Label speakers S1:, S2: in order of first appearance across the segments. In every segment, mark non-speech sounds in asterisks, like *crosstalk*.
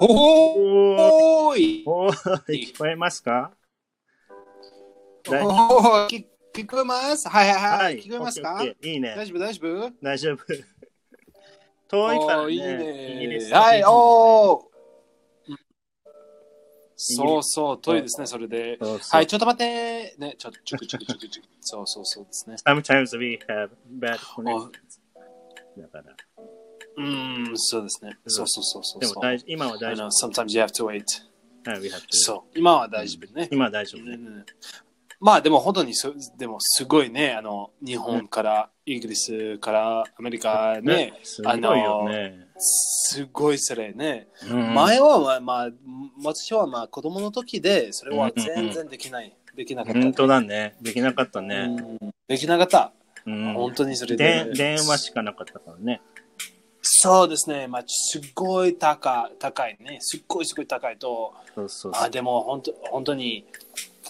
S1: お
S2: おー
S1: おーい
S2: おー聞こえますか
S1: お
S2: 大
S1: ー聞聞こえますはいはいはい、
S2: はい。
S1: 聞こえます
S2: オ
S1: か
S2: ッケーオッケーいいね。
S1: 大丈夫大丈夫
S2: 大丈夫。 *laughs* 遠いから
S1: おー
S2: ね。イギ
S1: いい
S2: リス
S1: ね。はい、おお。
S2: ス
S1: そうそう、遠いですね、それで。
S2: そうそう
S1: はい、ちょっと待って。ね、ちょ、ちょくちょくちょくちょく。そうそうそうですね。
S2: Sometimes we have bad connections. だから。
S1: うん、そうですね。そうそうそうそう。
S2: でも
S1: そう
S2: 大今は
S1: I
S2: 大
S1: know,
S2: 丈夫。
S1: sometimes you have to wait.
S2: はい we have to-
S1: そう、今は大丈夫ね。
S2: 今は大丈夫
S1: う
S2: ね。
S1: んまあでも本当にそでもすごいねあの日本からイギリスからアメリカね
S2: すごいよね。
S1: すごいそれね、
S2: うん
S1: 前はまあ、まあ、私はまあ子供の時でそれは全然できない、できなかった、
S2: 本当だね。できなかったね。
S1: うんできなかった、
S2: うん
S1: 本当にそれで
S2: で電話しかなかったからね。
S1: そうですねまあすごい高高いねすっごいすごい高いと
S2: そうそうそ
S1: あ
S2: う。
S1: でも本当本当に、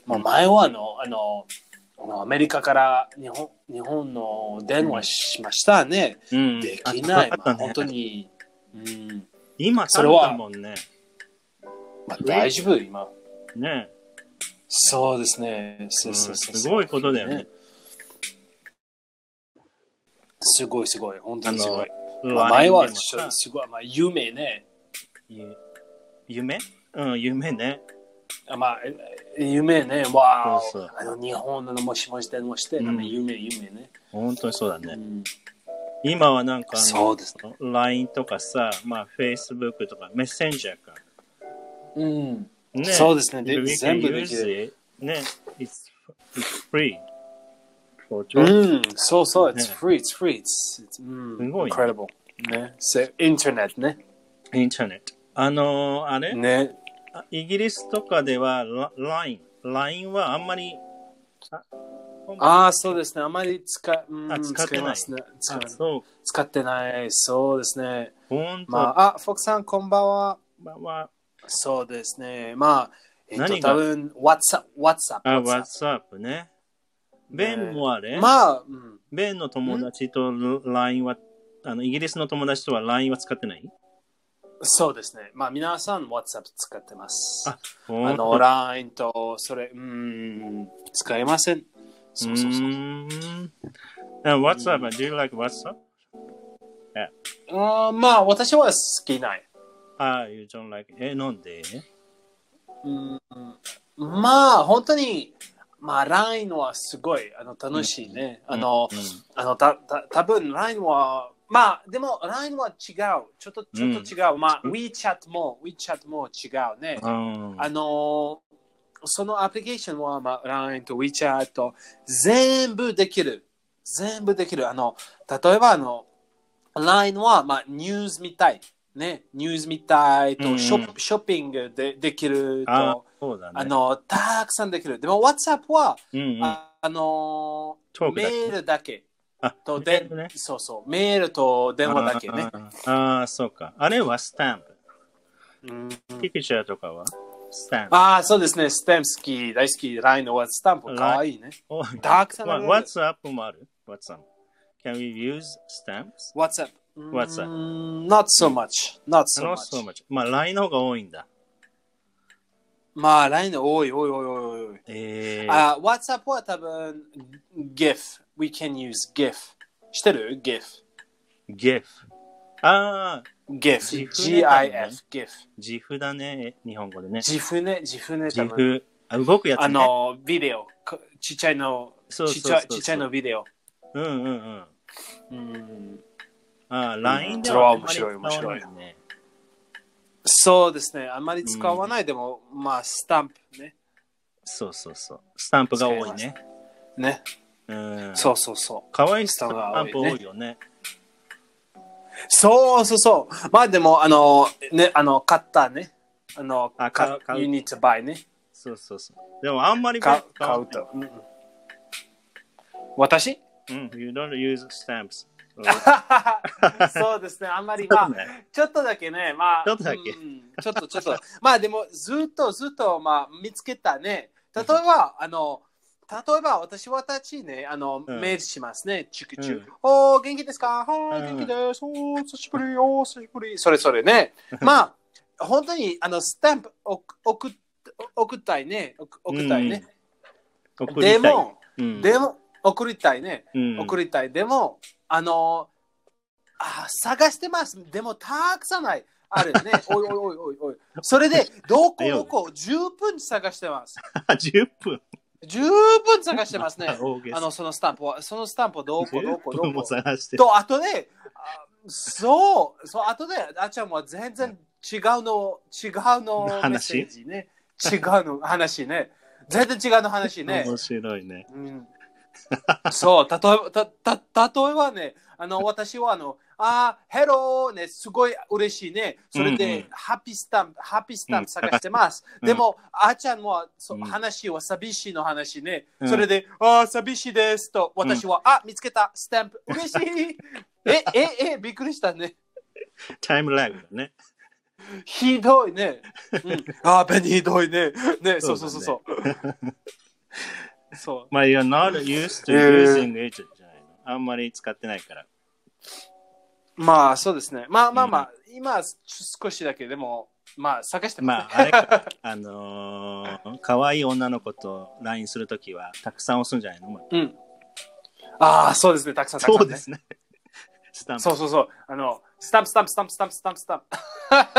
S1: まあ、前はあのあのあのアメリカから日本日本の電話しましたね。
S2: うん
S1: できない、ま
S2: あ
S1: あ、
S2: 高か
S1: 本
S2: った
S1: 当
S2: ね。
S1: に。うん
S2: 今、
S1: そ
S2: そ
S1: れ
S2: れ
S1: は
S2: は。もんね。
S1: まあ、大丈夫、今。
S2: ね。
S1: そうですね。そううんそうそう
S2: すごいことだよね。。
S1: すごいすごい、本当
S2: あ
S1: にすご
S2: の
S1: い。、
S2: う
S1: まあ
S2: わ
S1: 前は
S2: 今
S1: ち
S2: さ
S1: ょすごい、まあ、有名ね。
S2: ゆ夢うん、夢ね。
S1: あまあ、え有名ね。わ
S2: そうそう
S1: ああの日本のもしもし電話して、
S2: うん
S1: あの有名、有名ね。
S2: 本当にそうだ
S1: う
S2: ね。
S1: ん
S2: 今はなんかあ
S1: そ
S2: の
S1: うですね。
S2: LINE とかさ、まあ Facebook とかメッセンジャーか。
S1: うん。
S2: ね。
S1: そうですね。で
S2: We can
S1: 全部できる。
S2: use it. ね。It's, it's free. For
S1: う
S2: children.
S1: ん、そうそう、
S2: ね
S1: it's free, it's free, it's, it's うん
S2: すごいね
S1: incredible. ね。せインターネットね。
S2: インターネット。あのーあれ、
S1: ね。
S2: あイギリスとかではラ LINE。LINE はあんまり、
S1: ああ、そうですね。あまり使,、うん、
S2: あ使ってな
S1: 使ま
S2: い
S1: すね使
S2: あそう。
S1: 使ってない。そうですね。
S2: 本当、
S1: まあ、あ、フォクさん、こんばんは。
S2: まあ、まあ、
S1: そうですね。まあ、えっと、
S2: 何が
S1: 多分 WhatsApp、WhatsApp。
S2: あ、WhatsApp ね。ベンもあれ、
S1: まあ、うん、
S2: ベンの友達と LINE は、あの、イギリスの友達とは LINE は使ってない
S1: そうですね。まあ、皆さん WhatsApp 使ってます。あ
S2: あ、ほんと
S1: の、LINE と、それ、うん、使えません。そうそうそう
S2: ー。ん。And WhatsApp, do you like WhatsApp?
S1: あーまあ、私は好きない。
S2: あ、you don't like. え、なんで
S1: うんまあ、本当に、まあ、LINE はすごいあの楽しいね。あの、
S2: う
S1: あのたた多分 LINE は、まあ、でも LINE は違う。ちょっとちょっと違う。まあ、WeChat も、WeChat も違うね。
S2: ん。うん
S1: あの、そのアプリケーションは、まあ、LINE と WeChat と全部できる。全部できる。あの、例えば、あの、LINE は、まあ、ニュースみたい。ね、ニュースみたいと、ショ,、
S2: う
S1: ショッピングでできると。
S2: あ、そうだね。
S1: あの、たくさんできる。でも、WhatsApp は、
S2: うんうん、
S1: ああの
S2: トーク
S1: メ
S2: だけ
S1: ールだけ
S2: あ
S1: と
S2: メ
S1: で
S2: ールね
S1: そうそう、メールと電話だけね。
S2: あーあー、そうか。あれはスタン
S1: う
S2: プ。
S1: ん
S2: ピクチャーとかはスタンプ。
S1: ああ、そうですね、スタンプ好き、大好き、LINE のスタンプ、かわいいね。
S2: お
S1: たくさんある
S2: WhatsApp もある ?WhatsApp。Can we use stamps?
S1: WhatsApp。
S2: WhatsApp
S1: うん Not so much. Not so
S2: Not so
S1: much.
S2: much. まあ、LINE の方が多いんだ。
S1: まあ、LINE 多い、多い、多い、多い多い。
S2: えー、
S1: あ WhatsApp は多分、GIF。We can use GIF。してる ?GIF。
S2: GIF。ああ、
S1: GIF。
S2: GIF だね
S1: GIF。GIF。
S2: 自負だね。日本語でね。
S1: 自負ね、自負ね、多
S2: 自
S1: 分。
S2: 負。あ動くやつね。
S1: あの、ビデオ。こちっちゃいの、ち
S2: そうそう
S1: っち
S2: そうそう
S1: ゃいちっちゃいのビデオ。
S2: うんうんうん。
S1: うん
S2: ああ、LINE で
S1: それは面白い面
S2: 白い、ね。
S1: そうですね。あんまり使わないでも、まあ、スタンプね。
S2: そうそうそう。スタンプが多い
S1: 使い
S2: ね。
S1: ね。
S2: うん。
S1: そうそうそう。
S2: かわいい
S1: ス
S2: ス
S1: タ
S2: タ
S1: ンプが多い
S2: ン
S1: ね
S2: プ多いよね。
S1: そうそうそう。まあでも、あの、ね、あの、買ったね。あの、
S2: あ
S1: 買
S2: 買う買う
S1: You need to buy ね。
S2: そうそうそう。でもあんまり
S1: 買う
S2: 使わ
S1: 買
S2: な
S1: う
S2: い
S1: と。うんうん私 *laughs*
S2: うん、you don't use stamps. *laughs*
S1: そうですね。あんまり、まあ、ちょっとだけね、まあ、
S2: ちょっとだけ
S1: うんちょっとちょっと、 *laughs* まあでも、ずっとずっと、まあ、見つけたね。例えば、あの、例えば、私はたちね、あの、
S2: うん
S1: メールしますね、チュクチュ。
S2: うん
S1: おー、元気ですかはーい、
S2: うん *laughs*
S1: 元気です。おー、久しぶり、おー、久しぶり。それそれね。まあ、本当にあのスタンプ送送っ送ったいね。送送ったいね。
S2: 送
S1: で
S2: りたい。
S1: も、
S2: うん
S1: でも、送りたいね。
S2: うん
S1: 送りたい。でも、あの、あ探してます。でも、たくさんない。あるよ
S2: *laughs*
S1: ね。おいおいおいおいおい。それで、どこどこ、10分探してます。
S2: 10分。。
S1: 十分探してますね
S2: *laughs* 大げ
S1: あ
S2: さ
S1: の、そのスタンプは、そのスタンプはどこどこ
S2: 10
S1: ど
S2: 分も
S1: こ。
S2: 探して。
S1: と、あとね、あそう、そう、あとね、あちゃんは全然違うの、違うのメッセージね。違うの話ね。全然違うの話
S2: *laughs*
S1: ね。
S2: 面白いね。
S1: うん、そう、例えば、た、た、例えばね、あの、私はあの、あー、ヘローね、すごい嬉しいね。それ
S2: うんう
S1: で
S2: ん、
S1: ハッピースタンプ、ハッピースタン
S2: うん
S1: プ探してます。
S2: *laughs* うん
S1: でも、あーちゃんは、そううん話は寂しいの話ね。
S2: うん
S1: それで、あー、寂しいですと、私は、あ、見つけた、スタンプ、嬉しい。 *laughs* え、え、え、びっくりしたね。
S2: タイムラグだね。
S1: ひどいね。うん、
S2: *laughs*
S1: あー、ベニーひどいね。ね、そうそうそう
S2: *laughs*
S1: そう。そう。
S2: まあ、you're not used to
S1: えー
S2: using it じゃないの。あんまり使ってない
S1: *laughs*
S2: から。
S1: まあそうですね。まあまあまあ、今は少しだけでも、まあ探して
S2: ま
S1: ま
S2: あ、あれか、あのー、可愛い女の子と LINE するときは、たくさん押すんじゃないの、まあ
S1: す。うん。ああ、そうですね。たくさんたく
S2: そ
S1: さ、
S2: うんで
S1: ね。
S2: すね。スタン
S1: そうそうそう。あの、スタンプスタンプスタンプスタンプスタンプスタ *laughs* ン
S2: プ。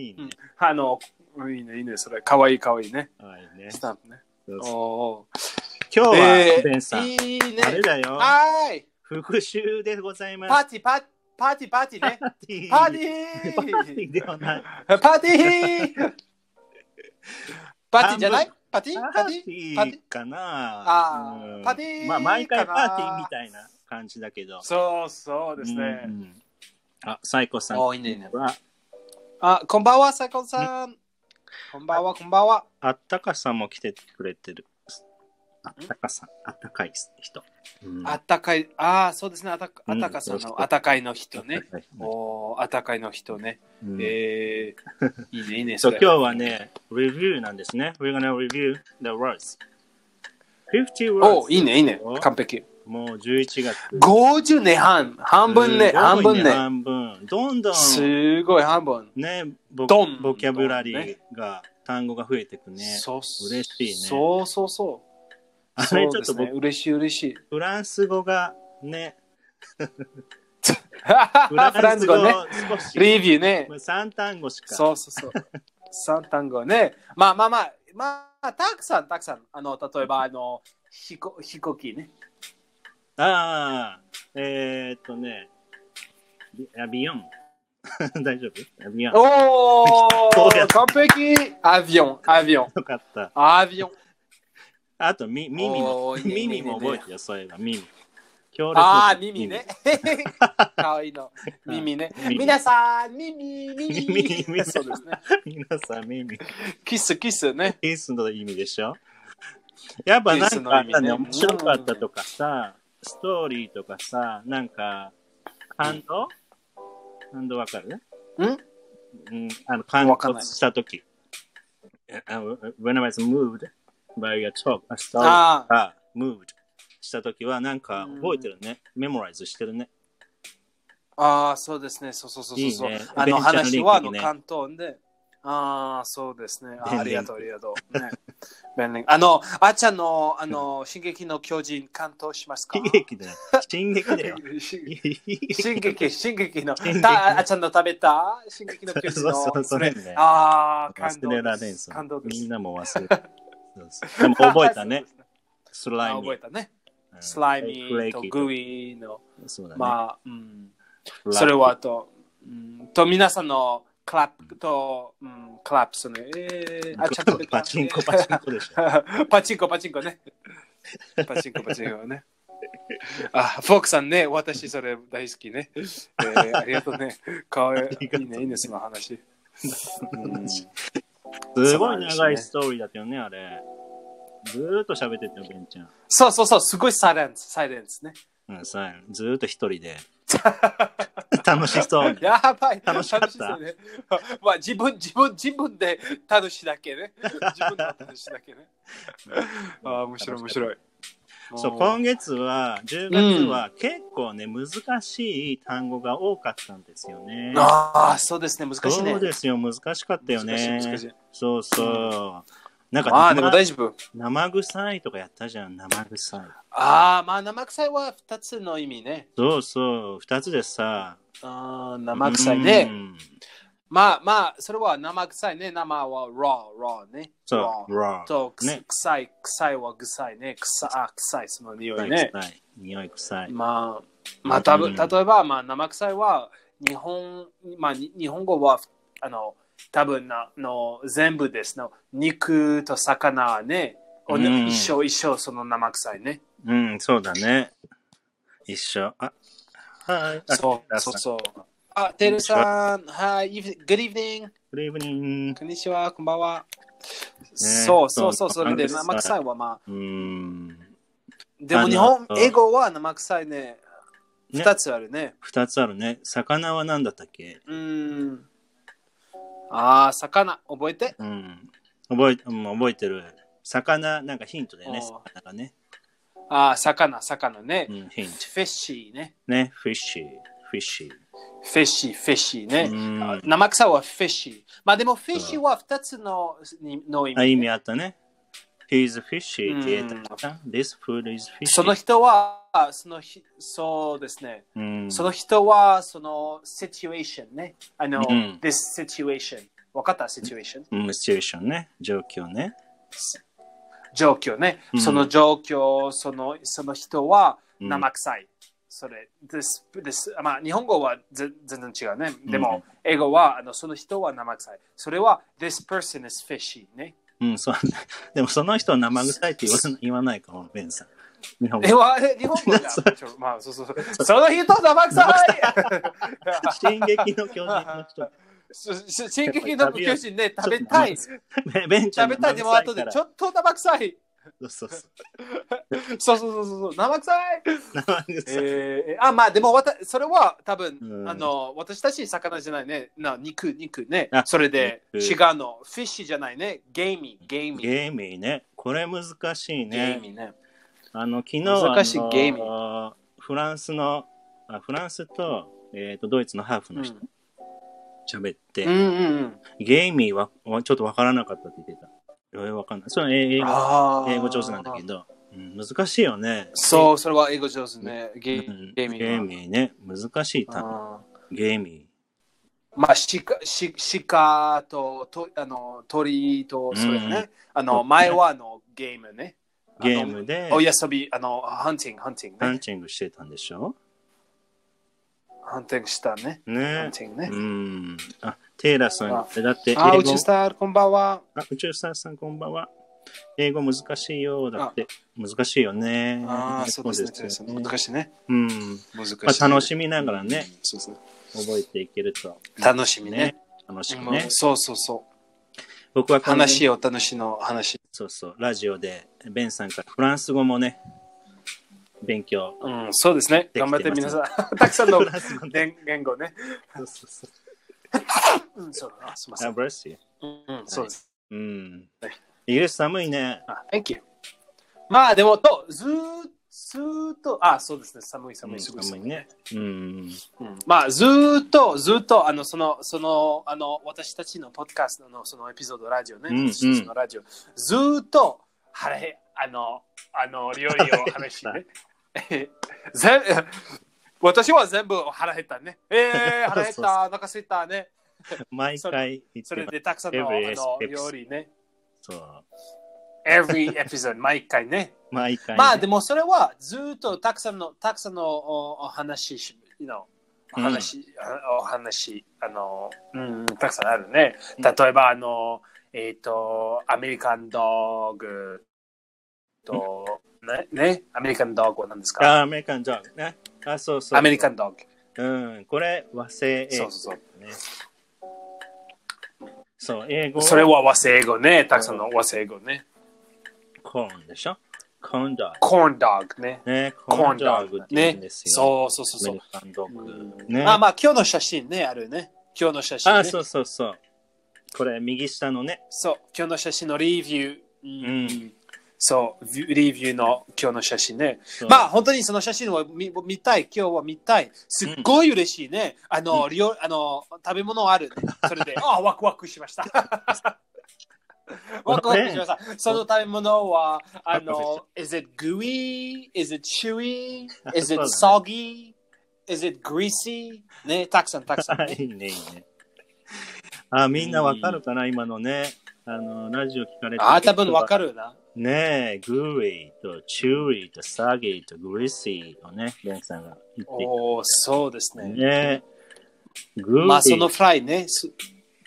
S2: いいね。
S1: プ。あの、うんいいね、いいね。それ、かわいいかわいいね。
S2: 可愛いね。
S1: スタンプね。
S2: そうそう
S1: お
S2: 今日
S1: お。
S2: は、
S1: え
S2: ベンさん、
S1: いいね。
S2: あれだよ。
S1: はーい。
S2: 復習でございます。
S1: パーティー、パーパーティー、パーティーね。
S2: ティー
S1: パーティ
S2: パーティ
S1: ー
S2: ーではない。
S1: パーティ
S2: *laughs*
S1: ーパーティーじゃないパーティー
S2: パ
S1: パー
S2: ー
S1: テ
S2: テ
S1: ィ
S2: ィ
S1: ーパーティー
S2: ーかな
S1: あー
S2: うん
S1: パーティー
S2: まあ、毎回
S1: か
S2: パ
S1: な
S2: ーティーみたいな感じだけど。
S1: そうそうですね。
S2: うんうんあ、サイコさん
S1: おいいねいいね
S2: は、
S1: あ、こんばんは、サイコンさん。こんばんは、こんばんは。
S2: あったかさんも来てくれてる。あったかさん、あったかい人。うん
S1: あったかい、ああ、そうですね、あたか
S2: う
S1: あ
S2: ん
S1: たかさん
S2: そうそう
S1: のあったかいの人
S2: あっ
S1: ね
S2: た。かい人
S1: おーあったかいの人ね。
S2: うん
S1: えー、いいね、いいね。
S2: そう、
S1: れ
S2: 今日はね、レビューなんですね。We're gonna review the words. 50 words.
S1: おーいいね、いいね。完璧。
S2: もう11月。
S1: 50ね、半。半分ね、
S2: すごい
S1: 半分ね。
S2: 半分。どんどん、
S1: すごい、半分。
S2: ね、ボ
S1: どん
S2: ボキャブラリ
S1: どん
S2: ーが、単語が増えてくね。
S1: そう
S2: 嬉しいね
S1: そうそうそう。
S2: あ
S1: そ
S2: れ
S1: う
S2: ちょ
S1: で
S2: っと
S1: す
S2: 僕、
S1: ね。嬉しい、嬉しい。
S2: フランス語がね、
S1: フランス語ね。
S2: 少し、
S1: レビューね。
S2: 3単語しか。
S1: そうそうそう。三単語ね。まあまあまあ、まあ、たくさんたくさん。あの、例えば、あの、飛行飛行機ね。
S2: ああ、えー、っとね、ビアビヨン。 *laughs* 大丈夫アビヨン。
S1: お
S2: そうや
S1: ー完璧アビオン、アビオン、
S2: よかった。
S1: アビオン。
S2: あと、み耳も
S1: お、ーいいねいいね
S2: 耳も覚えてよ、そういえば、耳。強
S1: ああ、耳ね。。かわいいの。耳ね。
S2: 耳
S1: 皆さん、耳、耳。
S2: 耳耳
S1: そうですね。
S2: 皆さん、耳。 *laughs*
S1: キス、キスね。
S2: ピースの意味でしょやっぱなん
S1: ピースの意
S2: か
S1: 味ね
S2: さ、ね、面白かったとかさ、ストーリーとかさ、なんか、感動、感動わかる
S1: ん
S2: うん、あの、感
S1: わかんな
S2: 動
S1: い
S2: したとき。あの When I was moved by a talk, a story
S1: ああ、
S2: が moved したときは、なんか覚えてるね。メモライズしてるね。
S1: ああ、そうですね。そうそうそうそうそう
S2: いいね
S1: あの
S2: ベンチャーの
S1: 話は、あ
S2: リン
S1: の、
S2: クね
S1: 関東で。ああ、そうですね。
S2: ベンリン
S1: あ
S2: ク
S1: ありがとう、ありがとう。ね、ベンリンクあの、あーちゃんの、あの、進撃の巨人、関東しますか
S2: 悲
S1: *laughs*
S2: 劇だよ。 *laughs* 進撃だよ。
S1: 進撃、進撃の、
S2: 進撃
S1: たあーちゃんの食べた進撃の巨人の。
S2: そうそうそれね
S1: ああ、感
S2: 忘れ
S1: 動
S2: ら
S1: で
S2: れん
S1: す。
S2: す
S1: 感動で
S2: みん
S1: す。。
S2: なも忘れる。そうそうでも覚えたね
S1: そうです
S2: スラ
S1: あ
S2: イ
S1: ー
S2: ミ
S1: 覚え
S2: ー。
S1: たね。
S2: うん
S1: スライミ
S2: フレ
S1: ー
S2: キ
S1: と
S2: か
S1: グイの、
S2: そうだね。
S1: まあ、うん。
S2: フラ
S1: それはあと、うん、と皆さんのクラップと、うん、クラップするね。えー、あ、ちゃんと出た
S2: *laughs* パチンコパチン
S1: *laughs*
S2: コでしょ。
S1: パチンコパチンコね。パチンコパチンコね。あ、フォークさんね、私それ大好きね。えー、ありがとうね。かわい
S2: り
S1: い。
S2: が
S1: いい
S2: と
S1: うね、いいね、その
S2: *laughs*
S1: 話。うん
S2: すごい長いストーリーだったよね、あれ。ずーっと喋ってたよ、ベンちゃん。
S1: そうそうそう、すごいサイレンス、サイレンスね。
S2: うん、さずーっと一
S1: *laughs*
S2: 人で。楽しそうに。
S1: やばい、
S2: 楽しかった
S1: 楽そうね。 *laughs* まあ、自分、自分、自分で *laughs*
S2: *laughs*
S1: 楽しいだけね。自分の楽しいだけね。あー面白い、面白い。
S2: そう、今月は、10月は結構ね、難しい単語が多かったんですよね。
S1: ああ、そうですね、難しいね。
S2: そうですよ、難しかったよね。
S1: 難しい難しい
S2: そうそう。なんか
S1: まあ、でも
S2: 生
S1: 大丈夫。
S2: 生臭いとかやったじゃん、生臭い。
S1: ああ、まあ、生臭いは2つの意味ね。
S2: そうそう、二つでさ。
S1: あー生臭いね。
S2: うん
S1: まあまあ、それは生臭いね。生は raw, raw ね。
S2: そう、raw。
S1: raw と、くす
S2: ね
S1: 臭い、臭いは臭いね。臭あ臭い、その匂
S2: 臭
S1: い
S2: い
S1: ね。
S2: 臭い。匂い臭い。
S1: まあ、まあ、たぶ
S2: うん
S1: ん例えば、まあ、生臭いは日本、まあ、に日本語は、あの、多分なの全部ですの。肉と魚ね。おね
S2: うん
S1: 一生一生その生臭いね。
S2: うん、そうだね。一緒。あ、はい。あ
S1: そうそうそう。あ、テルさん、はい、イブ Good evening!
S2: Good evening.
S1: こんにちは、こんばんは。そうそうそう、それで
S2: そう
S1: 生臭いはまあ、
S2: うん。
S1: でも日本、英語は生臭いね、
S2: ね
S1: 二つあるね。
S2: 二つあるね。魚は何だったっけ
S1: うん。ああ、魚、覚えて。
S2: うん。覚え、うん、覚えてる。魚、なんかヒントだよね。
S1: お
S2: 魚がね。
S1: ああ、魚、魚ね。
S2: うん、ヒント。
S1: フィッシーね。
S2: ね、フィッシー、フィッシ
S1: フィッシー、フィッシー
S2: ー。
S1: ね。
S2: うん。
S1: 生臭いはフィッシー。まあでもフィッシーは二つのにの意
S2: あ、
S1: 味。
S2: 意味あったね。He's fishy って言えた
S1: うん
S2: かな This food is fishy.
S1: その人は、そのひ、そうですね。
S2: うん、
S1: その人は、その、situation ね。あの、
S2: うん
S1: this situation。わかった ?situation。
S2: うん、シチュエーションね。状況ね。
S1: 状況ね
S2: う。ん
S1: その状況、その、その人は
S2: うん
S1: 生臭い。それ、this, this, まあ、日本語はぜ全然違うね。でも、英語は、あの、その人は生臭い。それは、this person is fishy ね。
S2: うん、そう。 *laughs* でもその人は生臭いって言わな言わないかも、ベンさん。日本語
S1: え、。わえ日本語じゃんま *laughs* あ、そうそうそう。その人生臭い
S2: 進撃の巨人の
S1: *laughs*
S2: 人。
S1: すす進撃の巨人ね、食べたい。
S2: ちょっと生臭い。ベンちゃ
S1: 食べ
S2: ん
S1: たいでも後で、ち
S2: ょ
S1: ょっと生臭い。
S2: そうそうそう。
S1: そうそうそうそう、生臭い。
S2: 生臭い。
S1: えー、あまあでもわたそれは多分、
S2: うん
S1: あの私たち魚じゃないねな肉肉ね
S2: あ
S1: それで違
S2: 肉
S1: うのフィッシュじゃないねゲーミーゲーミー
S2: ゲーミーね。これ難しい
S1: ゲ
S2: ね
S1: ー。ミーね
S2: あの昨日
S1: 難しい
S2: あの
S1: ゲー
S2: フランスのあフランスと,、えー、とドイツのハーフ
S1: う
S2: の
S1: ん
S2: 人喋って、
S1: うんうんうん
S2: ゲーミーはわちょっとわからなかったって言ってた。えーわかんない。それはえー英語
S1: あー
S2: 英語上手なんだけど、うん、難しいよね。
S1: そうそれは英語上手ね
S2: う
S1: ゲ
S2: ん、
S1: ゲーミーは
S2: ね。難しい単語。
S1: あ
S2: ゲー
S1: ー
S2: ミ
S1: まあシカシシカととあの鳥とそれね、
S2: うん
S1: あの前はあのゲームね
S2: ー。ゲームで
S1: あのお遊びあのハンティングハンティング
S2: ハン
S1: ね
S2: チングしてたんでしょ
S1: ハンティングしたねハ
S2: ね
S1: ン。ティングね、
S2: うん。あ、テイラーさん、えだって英語
S1: あ、宇宙スター、こんばんは。
S2: あ、宇宙船さんこんばんは。英語難しいよ。だって難しいよね。
S1: ああ、そうですね。そうですね難しいね。
S2: うん。
S1: 難しい。
S2: まあ、楽しみながらね、
S1: うん。そうそう
S2: 覚えていけると。
S1: 楽しみね。
S2: 楽しく
S1: うん
S2: ね。
S1: そうそうそう。
S2: 僕はこの
S1: 話を楽しの話。
S2: そうそう、ラジオで、ベンさんからフランス語もね、勉強。
S1: うん、そうですね。
S2: できて
S1: 頑
S2: ま
S1: 張って
S2: す
S1: 皆さん。 *laughs* たくさん
S2: *laughs*
S1: の
S2: フランス語で。
S1: 言言語ね。
S2: そうそうそう。
S1: うん、そうだな。すみませ
S2: あ、
S1: ん。
S2: ブレスよ。
S1: うん、そうです。
S2: うん
S1: はい。
S2: イギリス寒いね。
S1: あ、Thank you。まあ、でも、と、ずーずーっと、あ、そうですね。寒い寒
S2: う
S1: い。
S2: ん
S1: すごい
S2: 寒
S1: 寒
S2: い
S1: い。
S2: ね。うん。
S1: うんまあ、ずーっと、ずーっと、あの、その、その、あの、私たちのポッドキャストの、そのエピソード、ラジオね、
S2: うんうん
S1: 私たちのラジオ、ずーっと、はれ、あの、あの、料理を話して、ね、
S2: *laughs*
S1: 全私は全部腹減ったね。えー、
S2: *laughs*
S1: 腹減っ
S2: そうそう
S1: た、お腹すいたね。
S2: 毎回言っ
S1: そ
S2: て
S1: れ
S2: ます。
S1: でたくさんのあ
S2: Every
S1: の
S2: episode
S1: 料理ね。
S2: そう。
S1: Every episode、毎回ね。
S2: 毎回ね。
S1: まあでもそれはずーっとたくさんのたくさんのおお話し、you know お話、あお話あの、うん、たくさんあるね。
S2: うん
S1: 例えばあの、えっ、と、アメリカンドッグと、ね、ね、アメリカンドッグは何ですか
S2: あ、アメリカンジョークね。あ、そうそう。
S1: アメリカンドッグ。
S2: うん、これ和製英
S1: そ
S2: 語
S1: うそう
S2: ね。そう、英語
S1: そう。それは和製英語ね。たくさんの和製英語ね。
S2: コーンでしょコーンドッ
S1: コーンドッグね。
S2: グ。ね、コ
S1: コ
S2: ー
S1: ー
S2: ン
S1: ン
S2: ド
S1: ド
S2: ッ
S1: ッ
S2: グっ
S1: グ
S2: て言
S1: ね
S2: うん。ですよ。
S1: そうそうそう
S2: ア
S1: そう
S2: メリ。カンドッグ。
S1: うん
S2: ね。
S1: まあまあ今日の写真ね、あるね。今日の写真、ね。
S2: あ、そうそうそう。これ右下のね。
S1: そう、今日の写真のレビュー。
S2: うん
S1: そう、ビューリビューの今日の写真ね。
S2: そう
S1: まあ、本当にその写真を見見たい、今日は見たい。すっごい嬉しいね。あの、りょあの食べ物あるね。そ
S2: *laughs*
S1: れで、ああ、ワクワクしました。ワクワクしました。その食べ物は、あの、is it gooey? Is it chewy?
S2: あ
S1: Is it
S2: *laughs* そ
S1: soggy? Is it greasy? ね、たくさんたくさん、ね。
S2: *laughs* いいね、いいね。あ、みんなわかるかな、今のね。あの、ラジオ聞かれて
S1: ああ、多分わか
S2: る。
S1: る
S2: *laughs*
S1: な。
S2: ねえ、グリーとチューリーとサギーとグリシーをね、ベンさんが言ってい
S1: おお、そうです
S2: た
S1: ね。
S2: ね。グリー、
S1: まあ、そのフライね。す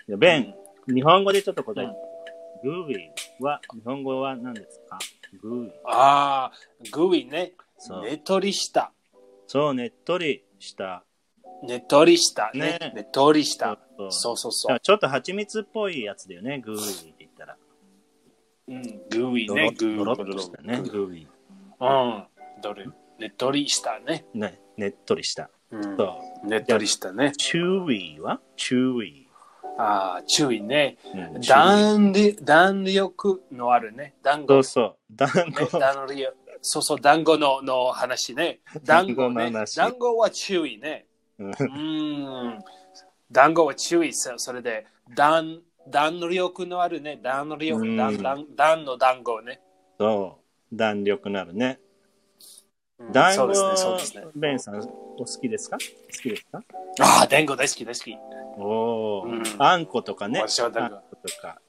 S2: ベン、日本語でちょっと答えて。グリーは、日本語は何ですかグリー。
S1: ああ、グイね。
S2: そう
S1: ねっとりした。
S2: そう、ねっとりした。
S1: ねっとりしたね。
S2: ね
S1: ねっとりした。
S2: そうそう
S1: そうそうそ
S2: だか
S1: う
S2: ら。ちょっと蜂蜜っぽいやつだよね、グリーって言ったら。
S1: うん、グイ
S2: ドロ
S1: ね。グ
S2: ッ
S1: イ
S2: ドロッとしたね、
S1: うん、
S2: グリ
S1: どれねっとりしたね。
S2: ー。ね、ねっとりした。
S1: うん
S2: そう。
S1: ねっとりしたね。
S2: チューイはチューイ。
S1: ああ、注意ね。
S2: うん
S1: 弾力弾力のあるね。団
S2: そ
S1: 子
S2: う。そう。団
S1: ね
S2: 子。
S1: 団力そうそう、団子のの話ね。団子
S2: 団子
S1: ね。
S2: の話
S1: 団子は注意ね。
S2: うん
S1: うーん。団子は注意さ、それで、団、団力のあるね。団
S2: う
S1: 力、
S2: ん
S1: 団、団、団の団子ね。
S2: そう。弾力のあるね。
S1: うん
S2: 団
S1: そう
S2: 子
S1: ですね、そうですね。
S2: ベンさん、お好きですか好きですか
S1: ああ、団子大好き、大好き。
S2: おお、
S1: うん
S2: あんことかね。
S1: 私は団子
S2: あんことか。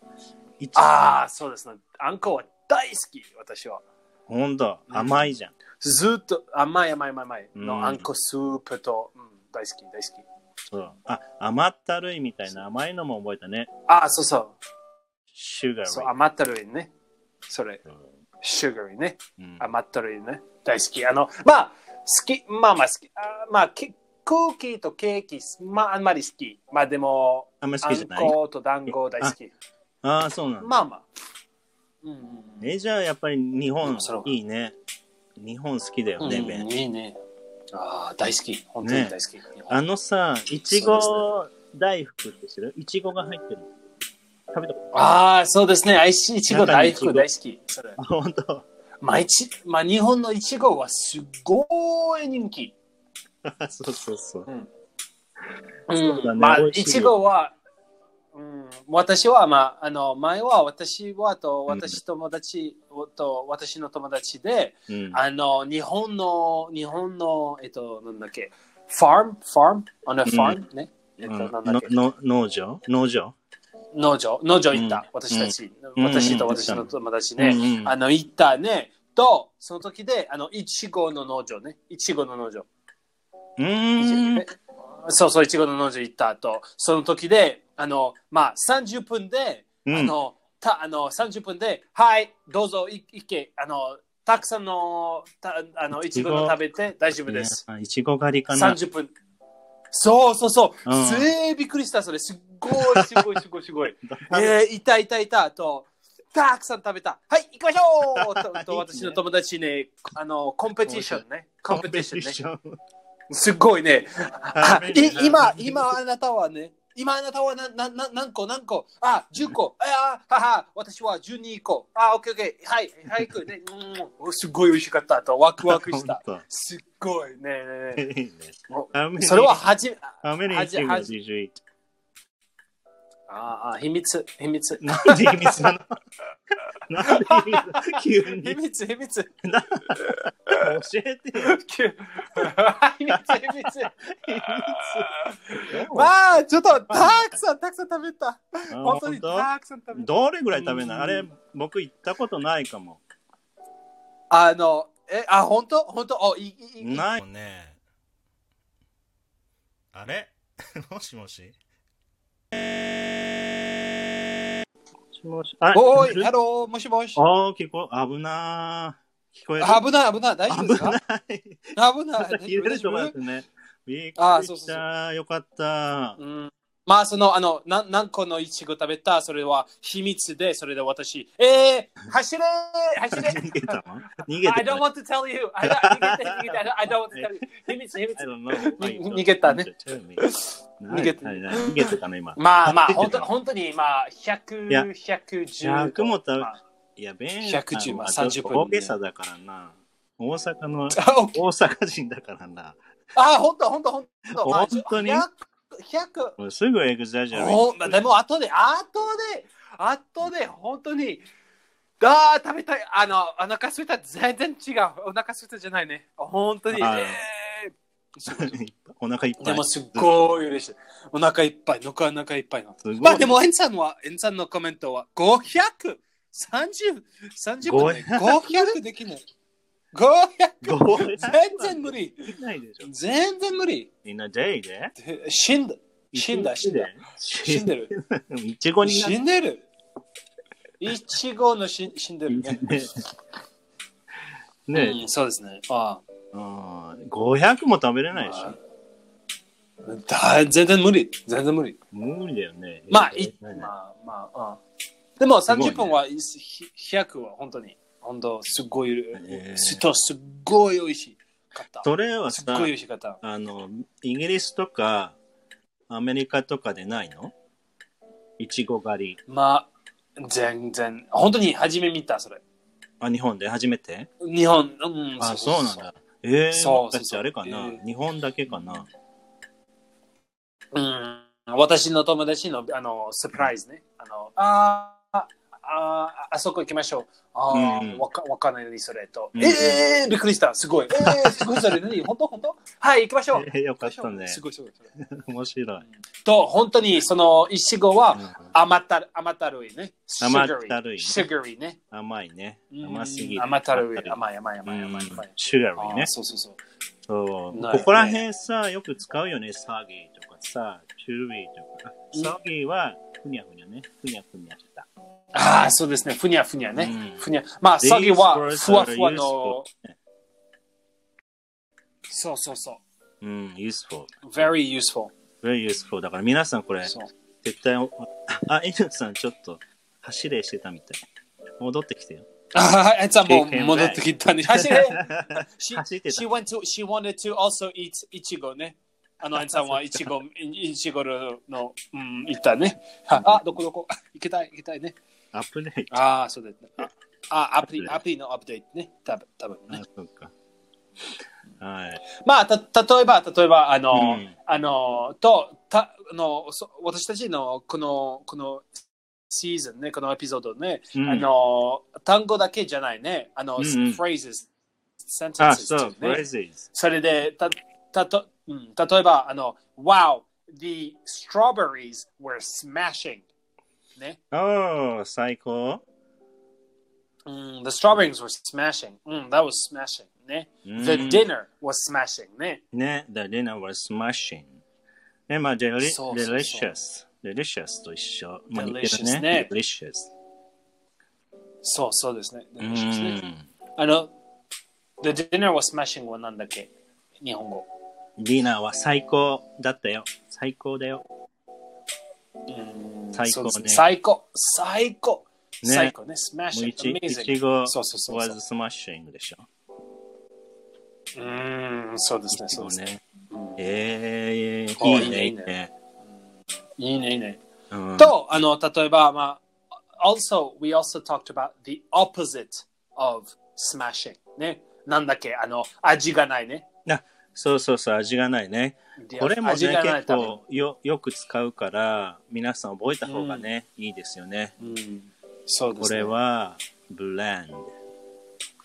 S2: いち
S1: ああ、そうですね。あんこは大好き、私は。
S2: ほんと、甘いじゃん。
S1: ずっと甘い甘い甘い甘い
S2: うん
S1: のあんこスープと、うん、大好き、大好き。
S2: そう。あ、甘ったるいみたいな甘いのも覚えたね。
S1: ああ、そうそう。
S2: シュガ
S1: そう、
S2: ー
S1: 甘ったるいね。それ、シュガーね。
S2: うん
S1: 甘ったるいね。大好き。あの、まあ、好き、まあまあ好き。あーまあ、ケクッキーとケーキ、まあ、あんまり好き。まあでも、
S2: あんまり
S1: あ
S2: 好きじゃ
S1: ん
S2: ない
S1: こと団子大好き。
S2: ああ、そうなんだ。
S1: まあまあ。うんうんうん
S2: え、じゃあやっぱり日本
S1: うんそれはい
S2: いね。日本好きだよね、
S1: うん
S2: ベン。
S1: いいね。ああ、大好き。本当に大好き。
S2: あのさ、いち
S1: そ
S2: ご大福って知るいちごが入ってるの。食べたこと
S1: ああ、そうですね。あいちいちご大福
S2: 中にい
S1: 大好き。それ
S2: あ、本当。
S1: まあ、いちまあ、日本のいちごはすごい人気。
S2: *laughs* そうそうそう。
S1: う
S2: そうだね
S1: ん、まあ、
S2: 美
S1: い
S2: 味しい
S1: ちごは、うん、私は、まあ、あの、前は私はと、
S2: うん
S1: 私友達と、私の友達で、
S2: うん。
S1: あの、日本の、日本の、えっと、なんだっけ、ファームファーム on a farm、ね。えっと、
S2: うん
S1: なんだっ
S2: の
S1: け、
S2: の農場農場
S1: 農場、農場行っ
S2: うん
S1: た、私たち、
S2: うん
S1: 私と私の友達ね。
S2: うんうん
S1: あの、行ったね。と、その時で、あの、いちごの農場ね。いちごの農場。
S2: うーん。
S1: そうそう、いちごの農場行った後、その時で、あの、まあ、30分で、
S2: うん
S1: あの、た、あの、30分で、はい、どうぞ、い、いけ、あの、たくさんの、た、あの、いちごの食べて大丈夫です。
S2: あいちご狩りかな。
S1: 30分。そうそうそう。
S2: うん
S1: すげえびっくりした、それ。すっごい、すごい、すごい、す *laughs* ごい。
S2: *laughs*
S1: えー、いたいたいたと、たくさん食べた。はい、行きましょう *laughs* とと、私の友達ね、あの、コンペティションね。コンペティションね。
S2: ョン。
S1: すっごいね。あ
S2: 食べるない
S1: 今、 *laughs* 今あなたはね、今あなたはななな何個何個あ、10個。ああ、はは、私は12個。あ、オッケーオッケー。はい、早くね。うん、すっごい美味しかったと、ワクワクした。
S2: ほんと
S1: すっごいねね
S2: い
S1: ね
S2: いね
S1: お
S2: How many-
S1: それははじ、
S2: How many
S1: はじ
S2: eggs
S1: は
S2: did
S1: じ
S2: you eat?
S1: ああ、秘密、秘密。
S2: なんで秘
S1: *laughs*
S2: 密なのなんで秘密急
S1: 秘
S2: に。
S1: 密、秘密。
S2: 教えてよ。
S1: 秘密、秘密。
S2: 秘密
S1: まあ、ちょっとたくさんたくさん食べた。
S2: あ
S1: 本当に
S2: ほんと
S1: たくさん食べた。
S2: どれぐらい食べない
S1: うん
S2: あれ、僕行ったことないかも。
S1: あの、え、あ、本当本当お、いい、いい。
S2: ない。
S3: ねあ
S1: *laughs*
S3: れもしもし
S2: もしあ
S1: おーい、ハロー、もしもし。
S2: あー、聞こえ、危なー。聞こえる。
S1: 危ない、危ない、大丈夫です
S2: *laughs*
S1: か
S2: い。
S1: 危ない。大
S2: 入れる
S1: 丈
S2: とこだっ
S1: 夫
S2: たね。びっ
S1: あー
S2: くり
S1: そう
S2: し
S1: そう
S2: た。よかった。
S1: うんまあ、その、あの、なん何個のイチゴ食べた、それは秘密で、それで私、えー、走れー走れ
S2: 逃げたの逃げ
S1: I
S2: て
S1: don't want
S2: た。
S1: to tell you! I don't, 逃げて、逃げて、I don't want to tell you! 秘密、秘密
S2: I。don't
S1: *laughs*
S2: know why you don't
S1: 逃げたね
S2: want to
S1: *laughs*
S2: tell me.
S1: 逃げた
S2: はいはい逃げてたね、今。
S1: まあまあ、
S2: 逃げ
S1: 本
S2: て
S1: 当
S2: た
S1: 本当に、まあ、
S2: いや
S1: 100、110。
S2: 100も食べ
S1: まあ *laughs*
S2: いや、ベン
S1: 110まあ
S2: さんは
S1: 30分ね
S2: 大げさだからな。大阪の、
S1: あ、OK
S2: 大阪人だからな。
S1: あ、ほんとほんとほんと。
S2: 本当に
S1: ?100、100。
S2: もうすぐエグザジャ
S1: ほんまでも後で後で後で本当にあー食べたいあのお腹すいた全然違うお腹すいたじゃないね本当に、
S2: はい
S1: え
S2: お腹いっ
S1: ー
S2: ぱ
S1: で
S2: い。
S1: もすっごい嬉しいお腹いっぱいのお腹いっぱいの
S2: すごい
S1: まあでもエンさんはエンさんのコメントは500 30, 30分で500できない。500!
S2: ごめん
S1: 全然無理
S2: できないでしょ。
S1: 全然無理
S2: みんな、デイで
S1: 死んだ死んだ死んだ。死
S2: 死
S1: ん
S2: んだ。
S1: でる
S2: いちごにな
S1: 死んでる。いちごのし死んでるね。
S2: ねね
S1: うんそうですね。あ
S2: うん500も食べれないでしょ。
S1: あだ全然無理。全然無理。
S2: 無理だよね。
S1: まあ、い
S2: ね
S1: まあ、まあ、うんでも
S2: すごいね
S1: 30分はいひ100は本当に、本当すっごい、
S2: えー
S1: すとすっごい美味しかった。
S2: それは
S1: すっ
S2: さ
S1: ご、い美味しかった。
S2: あの、イギリスとか、アメリカとかでないのいちご狩り。
S1: まあ、全然、本当に初め見た、それ。
S2: あ、日本で初めて
S1: 日本、うん、
S2: あ、そうなん。だ。ええ
S1: そう
S2: ー、
S1: そうそう
S2: もしかしてあれかな、
S1: えー
S2: 日本だけかな
S1: うん、私の友達のあのサプライズね。あのあーあーあそこ行きましょう。あー
S2: うんうん
S1: わかわかんないのにそれと。
S2: うんうん
S1: ええー、びっくりした。すごい。えー、すごいそれ *laughs* 何本当本当はい、行きましょう。
S2: えー *laughs* よかったね。
S1: すごいすごい。すごい
S2: 面白い。
S1: と、本当にそのイチゴは甘ったる甘ったるいね。
S2: 甘ったるい
S1: sugary ね。
S2: 甘いね。
S1: うん
S2: 甘すぎる。
S1: 甘ったるい。
S2: 甘い。
S1: 甘い甘い甘い甘い甘い。
S2: シュガリー
S1: あー
S2: ね。
S1: そうそうそう。
S2: そう。
S1: ない
S2: ここら辺さ、よく使うよね。サーギーとかさ、チューリーと
S1: う
S2: か。
S1: ん
S2: サーギーは、ふにゃふにゃね。ふにゃふにゃした。
S1: ああ、そうですね。ふにゃふにゃね。
S2: うん
S1: ふにゃ。まあ、
S2: These
S1: サギは
S2: words
S1: ふわふわ
S2: are
S1: の
S2: useful.。
S1: そうそうそ
S2: うん、useful。
S1: う。very useful.
S2: very useful。だから皆さんこれ、
S1: そう *laughs*
S2: 絶対お、あ、エヌさんちょっと、走れしてたみたい。戻ってきてよ。
S1: ああ、えつはもう
S2: She came
S1: 戻ってきたね。走れ *laughs* she,
S2: *laughs* 走ってた
S1: she, went to, she wanted to also eat いちごね。あの、えさんはいちご、いいちごの、うん、行ったね。はあ、どこどこ。行きたい、行きたいね。
S2: アップデート。
S1: ああ、そうですね。ああ、アプリ、アプリのアップデートね。たぶん、たぶんね
S2: あ。、そうか。はい。
S1: まあ、た例えば、例えば、あの、
S2: うん
S1: あの、と、たあのそ私たちのこの、このシーズンね、このエピソードね、
S2: うん
S1: あの、単語だけじゃないね、あの、
S2: うんうん
S1: phrases、sentences
S2: あ、そう、
S1: ね
S2: phrases。
S1: それで、た、たと、うん、例えば、あの、Wow, the strawberries were smashing. ね。
S2: おー、最高。
S1: うん、the strawberries were smashing. うん、that was smashing. ね。
S2: うん
S1: The dinner was smashing. ね。
S2: ね、the dinner was smashing. ね、まあ、で deli-
S1: そうそうそう
S2: delicious。delicious と一緒。まあ、似て
S1: delicious
S2: る
S1: ね
S2: ね。delicious。
S1: そうそうですね。
S2: う
S1: ですね
S2: ん。
S1: あの、The Dinner was Smashing はなんだっけ日本語。
S2: ディナーは最高だったよ。最高だよ。最高ね
S1: そうです最高。最高。
S2: ね
S1: 最高ね。
S2: もう
S1: Smashing
S2: いち、。い
S1: Amazing
S2: ちご
S1: そうそうそうそう。
S2: was smashing でしょ。
S1: うーん、そうですね。そうですね。
S2: ね。
S1: うん
S2: えー、
S1: お
S2: いいね、
S1: い
S2: い
S1: い
S2: い
S1: ね
S2: ね。
S1: いいね、いいね。
S2: うん
S1: と、あの、例えば、まあ、also, we also talked about the opposite of smashing. ね。なんだっけあの、味がないね。
S2: そうそうそう、味がないね。これもね、
S1: 味がない
S2: 結
S1: ために
S2: 構よよく使うから、皆さん覚えた方がね、いいですよね。
S1: うんそうで
S2: こ
S1: すね。
S2: れは、ブランド、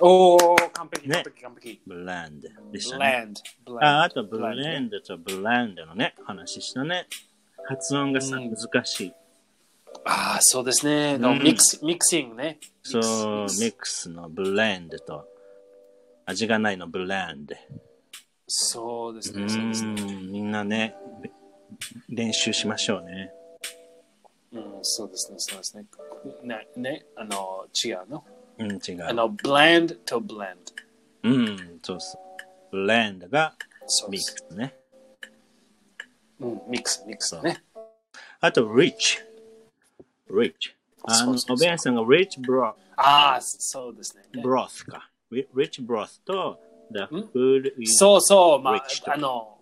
S1: おー、完璧、完
S2: ね
S1: 璧、完璧。
S2: ブランドでしたね。
S1: land。
S2: ああと、ブレ
S1: ン
S2: ンドとブランドのね、話したね。発音がさ、
S1: うん
S2: 難しい。
S1: ああ、そうですね。の
S2: うん
S1: ミックス、ミクシングね。
S2: そう、ミ
S1: ミ
S2: ックスのブレンドと、味がないのブランド。
S1: そうです
S2: う
S1: ね。そうですね。
S2: ん、みんなね、べ練習しましょうね。
S1: うん、そうですね。そうですね。ね、ね、あの、違うの。
S2: うん、違う
S1: あ。の、blend と blend。
S2: うん、そうそう。ブレンドが
S1: そう
S2: ミ
S1: で
S2: ッ
S1: す。
S2: クスね。
S1: うん、ミックス、ミックスね。
S2: あと、rich。rich。あ
S1: そ
S2: の
S1: うそう、そう
S2: おべんさんが rich broth,
S1: ああ、そうですね。
S2: broth か。Ri- rich broth と the
S1: ん
S2: food is
S1: そうそう、まあ
S2: Rich、と
S1: あの、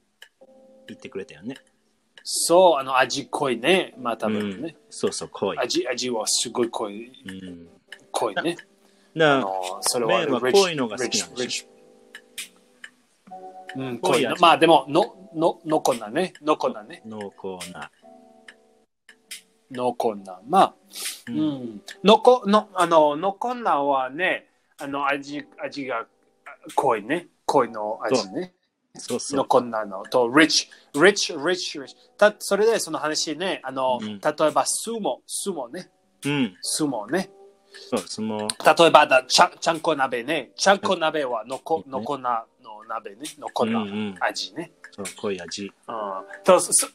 S2: 言ってくれたよね。
S1: そう、あの、味濃いね。まあ、多
S2: う
S1: 分
S2: ん
S1: ね。、
S2: そうそう、濃い。
S1: 味、味はすごい濃い。
S2: うん
S1: 恋ね。あ
S2: な
S1: の、それは、
S2: メイは
S1: rich-
S2: 濃いのが好きなん
S1: rich-
S2: でし
S1: rich うん、
S2: 濃
S1: 濃
S2: い
S1: いの。
S2: 味
S1: まあでも、の、の、のこんなね。のこんなね。
S2: ょ濃厚な。
S1: のこんな。まあ、
S2: う
S1: うんん。のこ、の、あの、のこんなはね、あの、味、味が濃いね。濃いの味ね。
S2: そうそ
S1: の
S2: う。
S1: こんなのと、rich、rich、rich、rich。た、それでその話ね、あの、
S2: うん
S1: 例えば、スモ、スモね、
S2: うん。
S1: スモね。
S2: そう、その、
S1: 例えばだ、ちゃん、ちゃんこ鍋ね。ちゃんこ鍋はのこ、
S2: うん
S1: のこなの鍋ね。のこな
S2: うんうん
S1: 味ね。
S2: そう濃い味。
S1: うん。と、そ、そ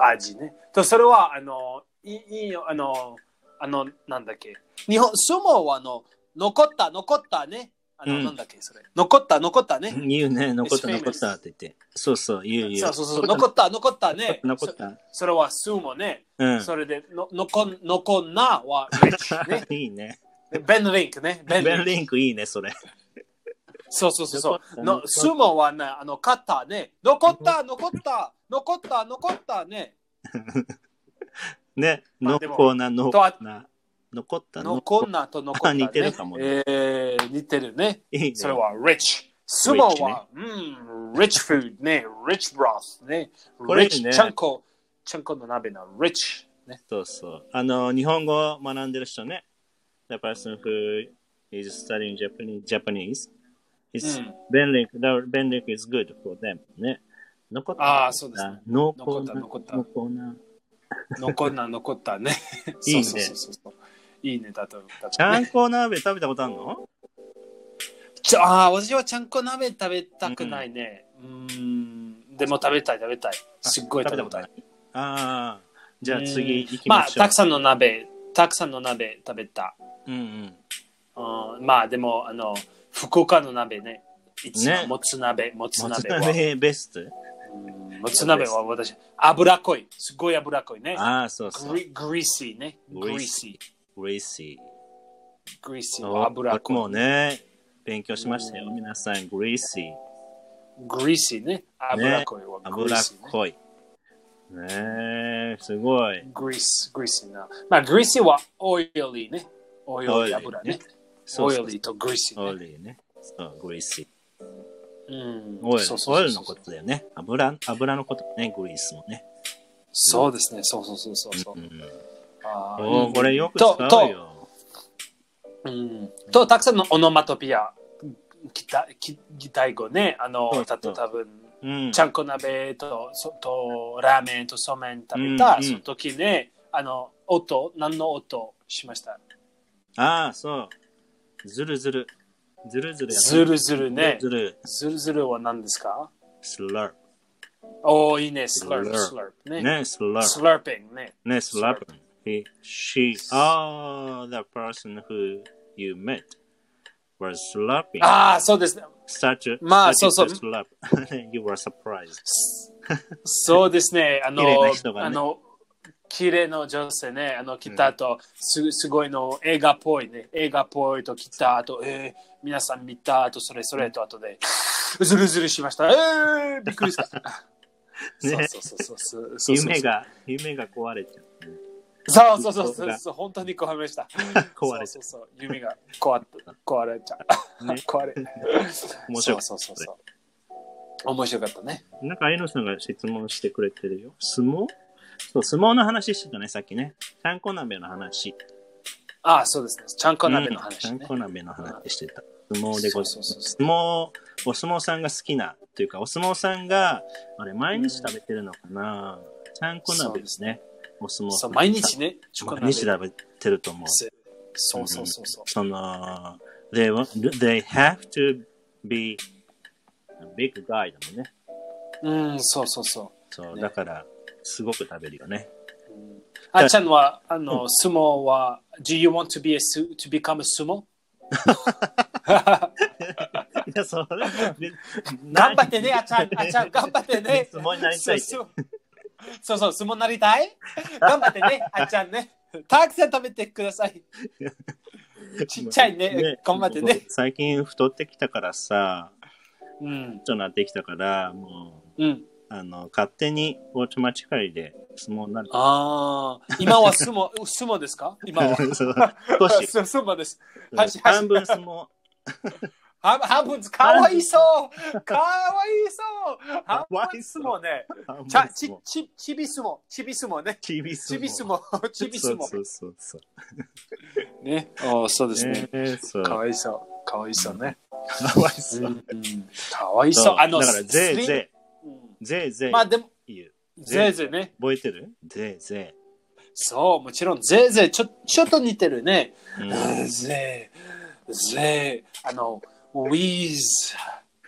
S1: 味ね。と、それは、あの、いいいいよ、あの、あの、なんだっけ。日本、スモはあの、残った、残ったね。あの、
S2: うん
S1: なんだっけ、それ。残った、残ったね。
S2: 言うね、残った、
S1: It's famous
S2: 残ったって言って。そうそう、言う言う。
S1: そうそうそう、残った、残ったね。
S2: 残った。
S1: そそれはスモね。
S2: うん。
S1: それで、の、のこん、のこんなは、レッチ
S2: *laughs*
S1: ね。
S2: いいね。
S1: でベン・リンクね。ベン・
S2: ベ
S1: リン
S2: ン
S1: ク。
S2: リンクいいね、それ。
S1: そうそうそうそう。
S2: 残っ
S1: の
S2: た、
S1: スモはね、あの、勝ったね。残った、残った、残った、残ったね。
S2: ね、
S1: ま
S2: 濃
S1: あでも
S2: 厚な、濃
S1: とあ
S2: 厚な。残った、
S1: の
S2: 濃
S1: こ
S2: 厚
S1: ん
S2: な。
S1: なと残った、ね。
S2: あ似てるかもね
S1: えー、似てるね。
S2: いいね。
S1: それは、リッチ。スモは、うん、リッチフードね。リッチブロスね。
S2: これい
S1: リッ
S2: いね
S1: チ、ちゃんこ、ちゃんこの鍋のリッチ。ね。
S2: そうそう。あの、日本語を学んでる人ね。The person who is studying Japanese, Japanese
S1: う
S2: is
S1: ん。
S2: Ben Link, the Ben Link is good for them ね。残った。
S1: ああ、そうですね。
S2: 濃
S1: 残
S2: 厚
S1: った、
S2: な。
S1: 残った
S2: 濃。厚な。
S1: 残んな残ったね。
S2: *laughs* いいね
S1: そうそうそうそう。いいね、だと。だと
S2: ちゃんこ鍋食べたことあるの
S1: ちゃああ、私はちゃんこ鍋食べたくないね。うーん。でも食べたい、食べたい。 *laughs* すっごい食べたい。
S2: い。ああ。じゃあ次行き
S1: ま
S2: ま
S1: あ、
S2: しょう
S1: たく。さんの鍋、たくさんの鍋食べた。
S2: うんうん。
S1: うん、まあ、でも、あの、福岡の鍋ね。いつも、
S2: ね
S1: もつ鍋、もつ
S2: もつ
S1: 鍋は。
S2: 鍋ベスト
S1: うんもつ鍋は私、脂っこい。すごい脂っこいね。
S2: ああ、そうそう
S1: グ。リグリーシーね。グ
S2: グ
S1: リ
S2: リ
S1: ー
S2: ー
S1: シ
S2: シグレイシ
S1: ー。グリーシー
S2: ー。
S1: は脂っこい。
S2: もうね、勉強しましたよ。皆さん、グレイシー。
S1: グリーシーね。脂っこいはグリ
S2: 油
S1: ー
S2: っ
S1: シー、ね。
S2: こい。ねえ、すごい。
S1: グリース、グリーシーな。まあ、グリーシーはオイリーね。オイリー油ね。
S2: そ
S1: オ
S2: う
S1: イ
S2: そう
S1: リーとグリーシ
S2: オ
S1: ー
S2: イ
S1: ね。
S2: ルね。そう、グリーシー。
S1: うん
S2: オイル
S1: そうそう
S2: オ
S1: そう
S2: イルのことだよね。油、油のことね、グリースもね。
S1: そうですね。そうそうそうそうそうう。
S2: ん、
S1: あー
S2: お
S1: うん
S2: ーこれよく使うよ。
S1: と、うん。と、たくさんのオノマトピア、擬態擬擬態語ね。あの、
S2: そうそ
S1: た
S2: う
S1: と多分
S2: うん
S1: ち。ゃんこ鍋と、そと、ラーメンとそうめん食べた、
S2: うんうん
S1: その時ね、あの、音、何の音しました
S2: ああ、そう。ずるずる。ずるずるやつ
S1: ズルズルね。
S2: ずる。
S1: ズルズルは何ですか
S2: スラ
S1: おー、いいね。スラープ、
S2: Slurp
S1: スラープ
S2: ー。
S1: ね。
S2: ね、スラー。
S1: slurping ね。
S2: ね、スラー。He, she, ah, the person who you met was slapping.
S1: ああ、そうですね。
S2: such a,
S1: まあ
S2: such a
S1: そうそう
S2: slap. *laughs* you were surprised.
S1: す *laughs* そうですね。あの
S2: 綺麗な人、がね
S1: あの、綺麗な女性ね。あの、来たと、すすごいの映画っぽいね。映画っぽいと来た後、えー、皆さん見た後、それそれと後で、ズルズルしました。えー、びっくりした。
S2: *laughs* ね
S1: そうそうそうそうそう。
S2: 夢。が、夢が壊れちゃう。
S1: そうそうそうそうそう。本当に壊れました。
S2: 壊れち
S1: そうそ
S2: ゃ
S1: うそう。夢が壊っ壊れちゃう。
S2: ね
S1: 壊れ。
S2: 面白かった
S1: そうそうそうそう。面白かったね。
S2: う。なんか、エノさんが質問してくれてるよ。相撲そう、相撲の話してたね、さっきね。ちゃんこ鍋の話。
S1: ああ、そうですね。ちゃんこ鍋の話
S2: うんちゃ
S1: ね
S2: ん。こ鍋の話してた。相撲でござい
S1: そうそう
S2: ます
S1: そうそ
S2: 相撲、お相撲さんが好きな、というか、お相撲さんが、あれ、毎日食べてるのかな、ちゃんこ鍋ですね。お相撲
S1: そ
S2: さ。
S1: うん毎日ね。ちゃんこ
S2: 毎
S1: 鍋
S2: 日食べてると思う。
S1: そうそうそうそう。
S2: その、they, wa- they have to be a big guy だもんね。
S1: うん、そうそうそ
S2: そう、
S1: ね
S2: だから、すごく食べる
S1: *laughs*
S2: よね。
S1: う。うんあっちゃんは、あの、相撲は、Do you want to be a su- to become a sumo?
S2: いや、 *laughs* それ、
S1: *laughs* 頑
S2: 頑
S1: 張って *laughs*
S2: *laughs*
S1: ね、あっちゃん、あっちゃん、頑張って *laughs* ね。
S2: 相撲になりたいって
S1: そうそう、そうそう相撲になりたい頑張ってね、あっちゃんね。たくさん食べてください。ちっちゃいね頑張ってね。
S2: 最近太ってきたからさ、
S1: うん、
S2: ちょっとなってきたから、も
S1: うん。
S2: う、あの、勝手にウォッチ間違いで相撲に
S1: *laughs*
S2: なる。
S1: ああ、今は相撲、相撲ですか今は。
S2: そう少し。
S1: *laughs* そう相撲です。
S2: う
S1: は
S2: ん
S1: しはし
S2: 半分相撲。
S1: 半半分、かわいそうかわいそう半分相撲ね。
S2: 半分
S1: ちゃ
S2: 相
S1: ち
S2: 撲。
S1: ちちび相撲、ちび相撲ね。
S2: ちび
S1: ち
S2: 相撲。
S1: び相撲、 *laughs* ちび相撲
S2: そ。うそうそう
S1: ね。おそうで
S2: そう。
S1: すね。
S2: ねそう。
S1: かわいそう。かわいそうね。
S2: かわいそうう。
S1: んかわいそう。あの、
S2: だから、ぜいぜ
S1: スリムうん
S2: い、ぜいぜい
S1: まあでも、
S2: 言う。
S1: ぜいぜいね。
S2: 覚えてるぜいぜ
S1: そう、もちろん、ぜいぜい、ちょちょっと似てるね。
S2: い。うん
S1: ぜい、ぜい、あの、ウィーズ、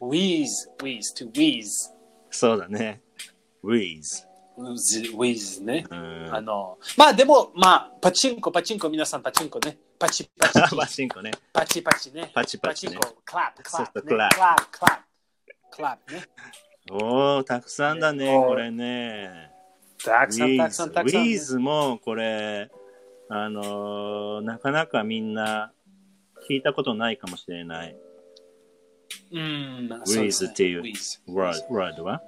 S1: ウィーズ、ウィーズ、トゥウィーズ、
S2: そうだね。Reese。
S1: ウィーズウィーズね。
S2: うん
S1: あの、まあでも、まあ、パチンコ、パチンコ、皆さんパチンコね。パチパ
S2: *laughs*
S1: チ、
S2: *laughs* パチンコね。
S1: パチパチね。
S2: パチパチね
S1: ンコ、クラップ、ク
S2: そ
S1: ラ
S2: うそ
S1: ッ
S2: う
S1: プ、クラップ、
S2: clap
S1: クラップ、クラップね。
S2: おお、たくさんだね、
S1: ね
S2: これね。
S1: た
S2: ウ
S1: くさん、
S2: ィ
S1: た
S2: ー
S1: く
S2: ズ
S1: さ
S2: ウ
S1: ん、たくさんね。
S2: ィーズもこれ、あのーなかなかみんな聞いたことないかもしれない。
S1: うん、ウ
S2: ィーズっていう
S1: ウィーズ。
S2: ワードワードは。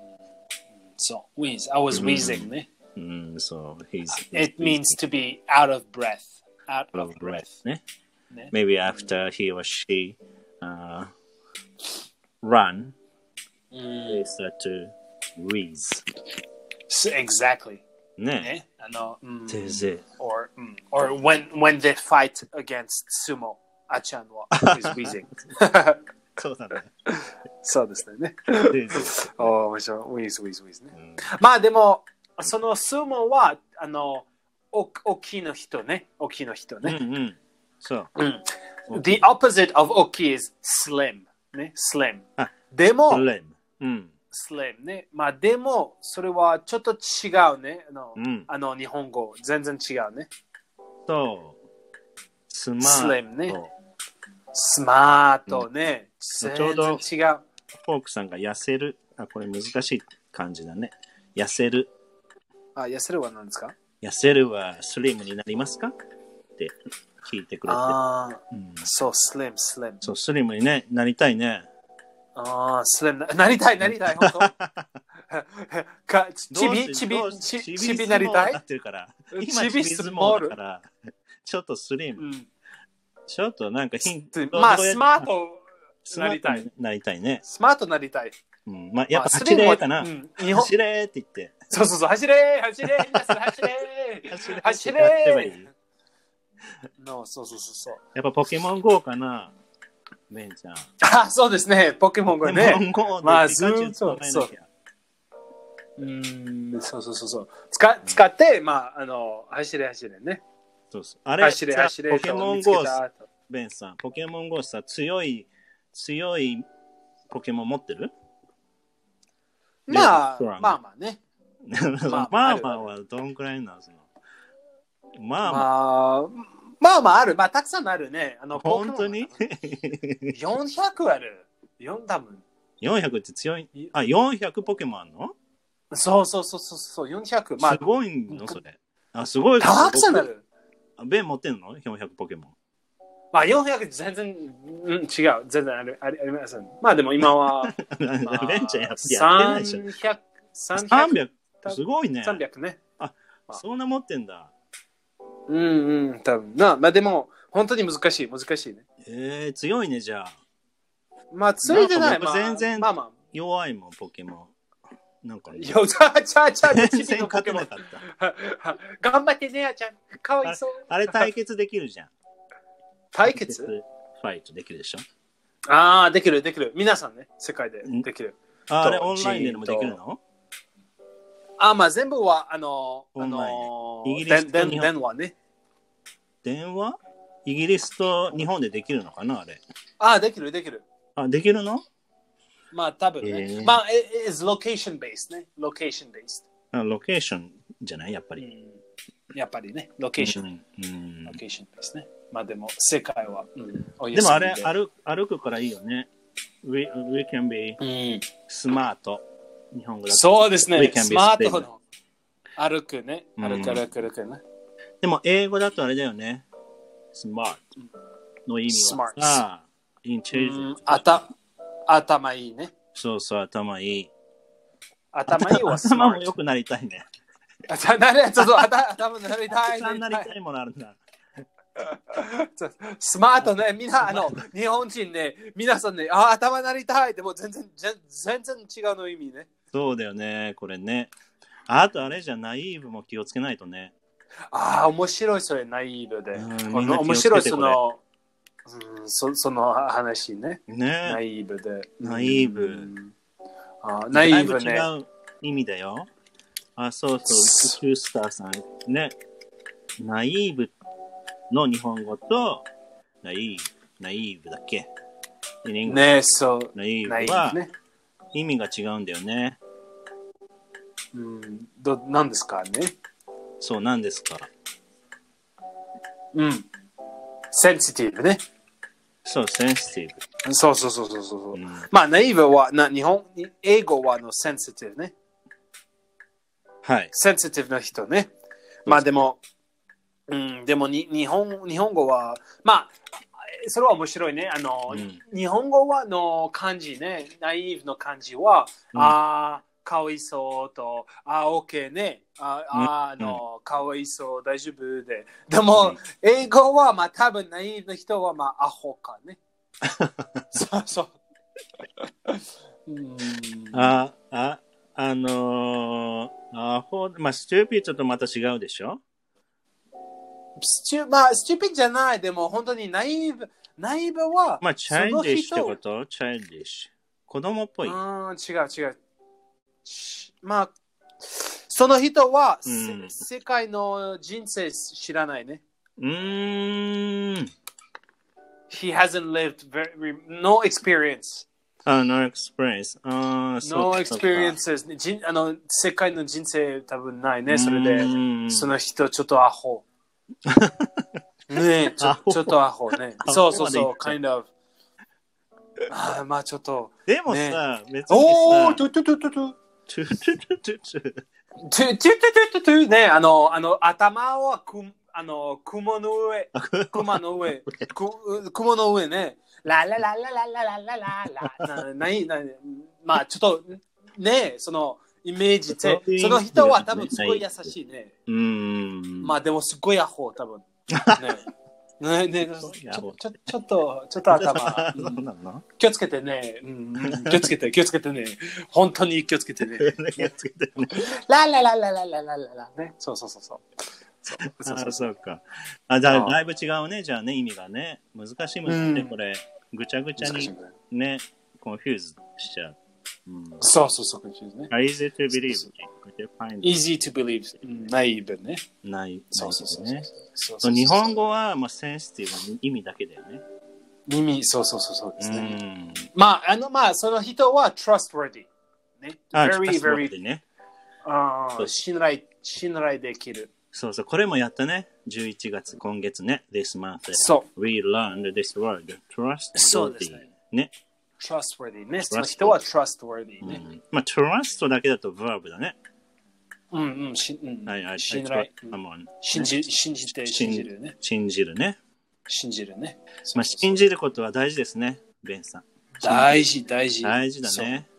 S1: そう、ウィーズ。I was
S2: うん
S1: wheezing ね。
S2: うん、そう、he's,
S1: It means to be out of breath. Out
S2: out of
S1: of
S2: breath
S1: breath.
S2: ね。
S1: ね
S2: Maybe after he or she、uh, run,
S1: うん
S2: they start to wheeze.
S1: So- Exactly.
S2: ね。
S1: ね、あの、うん、
S2: ぜいぜい。
S1: or、うん、or when when they fight against sumo あちゃんは is
S2: *laughs*
S1: wheezing
S2: そうだね。
S1: そうですね
S2: ぜいぜい。
S1: おお面白い wheeze wheeze wheeze ね
S2: うん
S1: まあでもその sumo はあのお大きいの人ね大きいの人
S2: うん
S1: ね、
S2: うん。そう。
S1: うん、the opposite of 大きい is slim ね slim でも
S2: それうん。
S1: slim ねまあでもそれはちょっと違うねあの,、
S2: うん
S1: あの日本語全然違うね
S2: そう。スマート。
S1: スレムねスマートね、
S2: うん
S1: 全然違う
S2: フォークさんが痩せる。あ、これ難しい感じだね。痩せる。
S1: あ、痩せるは何ですか
S2: 痩せるはスリムになりますかって聞いてくれて。
S1: ああ、
S2: うん
S1: そう、スリム、スリム。
S2: そう、スリムに、ね、なりたいね。
S1: ああ、スリムな。なりたい、なりたい、
S2: *laughs*
S1: 本当かちび、ちび
S2: どう、
S1: ち
S2: しどうし
S1: ちびなりた
S2: ちび相撲になっ
S1: い
S2: てるから。
S1: うん
S2: 今、
S1: ち
S2: ちび
S1: び
S2: 相
S1: 相
S2: 撲
S1: 撲
S2: だ
S1: だ
S2: か、
S1: から
S2: ちょっとスリ
S1: う
S2: ム。
S1: ん。
S2: ちょっとなんかヒント。
S1: まあ、
S2: どうやっ
S1: スマート
S2: スマ
S1: な
S2: ー
S1: り
S2: ト
S1: た
S2: に
S1: い。
S2: なりたいね。
S1: スマートなりたい。
S2: うん。まあ、やっぱ
S1: まあ
S2: 走れかな
S1: スリ。ムはうん日本
S2: 走れって言って。
S1: そうそうそう、走れ走れ皆さん走れ
S2: 走れ
S1: 走
S2: やってばいい
S1: れのそうそうそうそう。
S2: やっぱポケモン GO かなメンちゃん。
S1: あ、そうですね、ポケモンがね。
S2: ポケモン GO で
S1: まあ
S2: ピカチュウ捕まえなきゃ
S1: ずーっとうーんそうそうそうそう。使使って、まあ、あの、走れ走れね。
S2: そうそうあれ
S1: 走れ
S2: さ
S1: 走れ。
S2: ポケモン
S1: と
S2: GO
S1: 見つけ、た後
S2: ベンさん、ポケモン GO さ、強い、強いポケモン持ってる *laughs*
S1: まあ、
S2: レッドストラン
S1: まあまあね。
S2: ま
S1: あ
S2: あま
S1: あ
S2: あ
S1: る
S2: はどんくらいなのそのま
S1: ま
S2: あまあ、
S1: あ、まあまあある。まあ、たくさんあるね。あの、ポケモ
S2: 本
S1: ン
S2: 当に
S1: ?400 ある。4多分。
S2: ?400 って強い。あ、400ポケモンあんの
S1: そうそうそうそうそう、400。まあ
S2: す、ごいのそれ。あ、すごい。
S1: たくさんあ。る。
S2: ベン持ってんの ?400 ポケモン。
S1: まあ、400全然、うん、違う。全然ありありありません。まあ、でも今は、まあ、
S2: ベンちゃんやってないでしょ。
S1: 300、300、
S2: 300、すごいね。
S1: 300ね。
S2: そんな持ってんだ。
S1: うんうん、多分な。まあ、でも、本当に難しい、難しいね。
S2: えー、強いね、じゃあ。
S1: まあ、ついてない。
S2: なんか僕
S1: まあ、
S2: 全然
S1: まあま
S2: 弱いもん、ポケモン。なんか、
S1: あ。よ、ちゃちゃちゃ、
S2: 全
S1: チビ
S2: 然
S1: のポ
S2: 勝
S1: ケ
S2: て
S1: モ
S2: な
S1: ン
S2: か。った。
S1: 頑張ってね、あちゃん。かわいそう。
S2: あれ対決できるじゃん。
S1: 対決
S2: ファイトできるでしょ。
S1: ああ、できる、できる。皆さんね、世界で
S2: ん
S1: できる。
S2: ああれ
S1: と
S2: オンラインでもできるの
S1: あーまあ、全部は、あのー、
S2: オ
S1: あ
S2: ンライン
S1: の
S2: イギ
S1: ー、
S2: リ
S1: で
S2: スと日本
S1: ん、電話ね。
S2: 電話イギリスと日本でできるのかなあれ。
S1: ああ、できる、できる。
S2: あ、できるの
S1: まあ、多分ね。
S2: えー
S1: まあ、it is location based ね。location based。
S2: あロケーションじゃないやっぱ
S1: う
S2: り。
S1: ん、やっぱりね、
S2: う
S1: location、
S2: んうん、
S1: location based ね。まあ、でも、世界は、うん、お
S2: で
S1: 休み
S2: もあれ歩、歩くからいいよね。We, we can be
S1: うん。
S2: smart. 日本語だと
S1: そうです
S2: We
S1: ね
S2: can。be
S1: スマー
S2: slim.
S1: トの歩くね。
S2: うん
S1: 歩く歩く歩くね。
S2: でも英語だとあれだよね。smart の意味はさ、
S1: う
S2: intelligent
S1: ん、あた頭いいね。
S2: そうそう、頭いい。
S1: 頭いいはスマ
S2: 頭も
S1: ー
S2: 良
S1: ト。
S2: くなりたいね。
S1: あじゃあなれ、ちょっと頭頭なりたい。
S2: たくさんなりたいものあるんだ。
S1: スマートね、みんな、あの、日本人ね、皆さんね、あー頭なりたいって、もう全然、全全然違うの意味ね。
S2: そうだよね、これね。あとあれじゃ、ナイーブも気をつけないとね。
S1: ああ、面白い、それ、ナイーブで。
S2: うん
S1: こ
S2: みんな
S1: の
S2: 気を
S1: 面
S2: つけて
S1: 白い、その、うん、そその話ね。ナ
S2: ね
S1: イーブで。
S2: ナイーブ
S1: うんあーナイーブね。
S2: だいぶ違う意味だよ。あ、そうそう、シュースターさん。ね。ナイーブの日本語と、ナイーブ、ナイーブだっけ。ね
S1: ね、そう。
S2: ナイ
S1: ナイ
S2: ーブ
S1: ー
S2: は
S1: ブね。
S2: 意味が違うんだよね。
S1: うん、ど、なんですかね。
S2: そうなんですか。
S1: うん。センシティブね。
S2: そう、センシティ
S1: そうそうそうそうそう。
S2: ブ。うん
S1: まあ、ナイーブは、な日本、英語はあのセンシティブね。
S2: はい。
S1: センシティブな人ね。まあでも、うん、でもに日本日本語は、まあ、それは面白いね。あの、
S2: うん
S1: 日本語はの漢字ね、ナイーブの漢字は、
S2: うん
S1: あー、かわいそうと、あー、OK ね、あー、
S2: うん
S1: あーあの、かわいそう、大丈夫で。でも、英語は、まあ多分ナイーブの人は、まあ、アホか
S2: *laughs*
S1: ね。そうそう。うん、
S2: あ、あ、あのー、アホ、まあ、スチューピッドとまた違うでしょ
S1: スチュまあ、スチュピッドじゃない、でも本当にナイーブ、ナイーブは、
S2: まあ、チャイルディッシ
S1: そ
S2: ュって
S1: の人
S2: ことチャイルディッシュ。子供っぽい。
S1: うん、違う違う。しまあ、その人は、せ
S2: うん
S1: 世界の人生知らないね。
S2: うーん。
S1: He hasn't lived very, no experience.
S2: あ、no experience。あー *laughs* そう
S1: No
S2: かそうか
S1: experiences. 人あの世界の人生多分ないね。それ
S2: う
S1: で、
S2: ーん
S1: その人ちょっとアホ。ねえ、ち
S2: ア
S1: ょ
S2: ホ
S1: ちょっとアホね。
S2: アホまで
S1: そうそうそう、
S2: 行っちゃう
S1: kind of. あーまあちょっと。
S2: でもさ、別に
S1: おお、
S2: さ、
S1: トゥトゥトゥトゥトゥ。
S2: トゥトゥトゥトゥトゥ
S1: トゥトゥトゥトゥトゥね、あの、あの、頭はく、あの、雲の上、雲の上、く雲の上ね。ララララララララララ。なない、ない、まあ、ちょっと、ね、その、イメージで
S2: そういう意味、
S1: その人は多分すごい優しいね。
S2: うーん。
S1: まあ、でもすごいアホ、多分。ね。ね、ね、ちょ、ちょ、ちょっと、ちょっと頭、
S2: そう
S1: うん
S2: なの
S1: 気をつけてね、うん、うん気をつけて、気をつけてね、本当に気をつけてね。
S2: 気をつけてね
S1: ラララララララララね。そうそうそうそう。そうそ
S2: あ
S1: うそう
S2: そうか。あ、じゃ
S1: あ
S2: あ、だいぶ違うね。じゃあね、意味がね。難しいもんね、
S1: うん
S2: これ。ぐちゃぐちゃ
S1: 難しい
S2: に
S1: ね
S2: ね、コンフューズしちゃう。うん。
S1: そうそうそう。confused ね
S2: Are easy to believe.
S1: そう
S2: You find
S1: Easy to believe. うんナイーブね。
S2: ない。
S1: そうそうそう
S2: ね。
S1: そうそ
S2: そ
S1: うう。
S2: 日本語は、まあ、センシティブの意味だけだよね。
S1: 耳、そうそうそうそうですね。
S2: ん。
S1: まあ、あの、まあ、その人は trustworthy。ね。
S2: あ、
S1: very,
S2: ちょっと
S1: very,
S2: ね。
S1: あ
S2: そ
S1: ー
S2: う
S1: 信頼、信頼できる。
S2: そうそう、これもやったね。11月、今月ね。This month.
S1: そう
S2: We learned this word. Trust.
S1: そうですね。
S2: ね。
S1: trustworthy ね。その人は trustworthy
S2: う
S1: ね。
S2: んまあ、trust だけだと verb だね。
S1: うんうん。しうん
S2: はいはい。
S1: 信頼。
S2: I trust
S1: うん
S2: someone
S1: 信じ、信じて、信じるね。
S2: 信じるね。
S1: 信じるね。
S2: まあ、信じることは大事ですね、ベンさん。
S1: 大事、大事。
S2: 大事だ
S1: そう
S2: ね。
S1: うん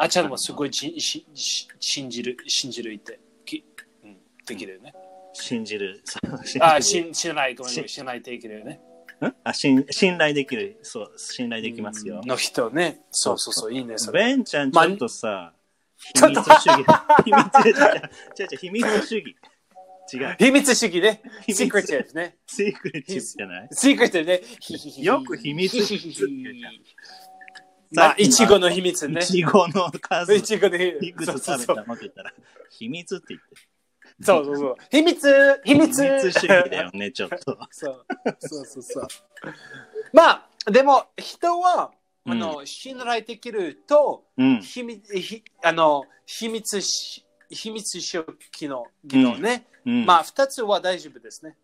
S1: あちゃんもすごいじしし信じる、信じるって、きうん、できるよね。
S2: 信じる。そう *laughs* 信じる
S1: あ、信信頼、ごめんごめん、
S2: し
S1: 信頼できるよね。
S2: んあ信信頼できる。そう、信頼できますよ。
S1: の人ね。そうそうそう、いいね、それ。
S2: ベンちゃん、ち
S1: まあ
S2: ょっとさ、
S1: ち
S2: 秘
S1: ょっ
S2: 密
S1: と
S2: 主義。秘密主義。違
S1: *laughs*
S2: う違う、秘密主義。違う。
S1: 秘密主義ね。
S2: 秘密
S1: シークレティブね。
S2: シークレットじゃない
S1: シークレティブねひひひ。
S2: よく秘密
S1: ひ
S2: 主義
S1: ひひひ *laughs* まあ、いちごの秘密ね
S2: い。ちごの数。
S1: いちごの秘
S2: いく
S1: 密。そう
S2: つ
S1: そう
S2: 食べ
S1: そ
S2: た
S1: う
S2: のって言ったら、秘密って言って。
S1: そうそうそう。秘密秘
S2: 秘
S1: 密
S2: 密主義だよね、ちょっと。
S1: そうそうそうそう。まあ、でも、人は、あの、信頼できると、
S2: うん。
S1: 秘密、ひあの、秘密し、秘密主義の技能ね。
S2: うん、
S1: まあ、二つは大丈夫ですね。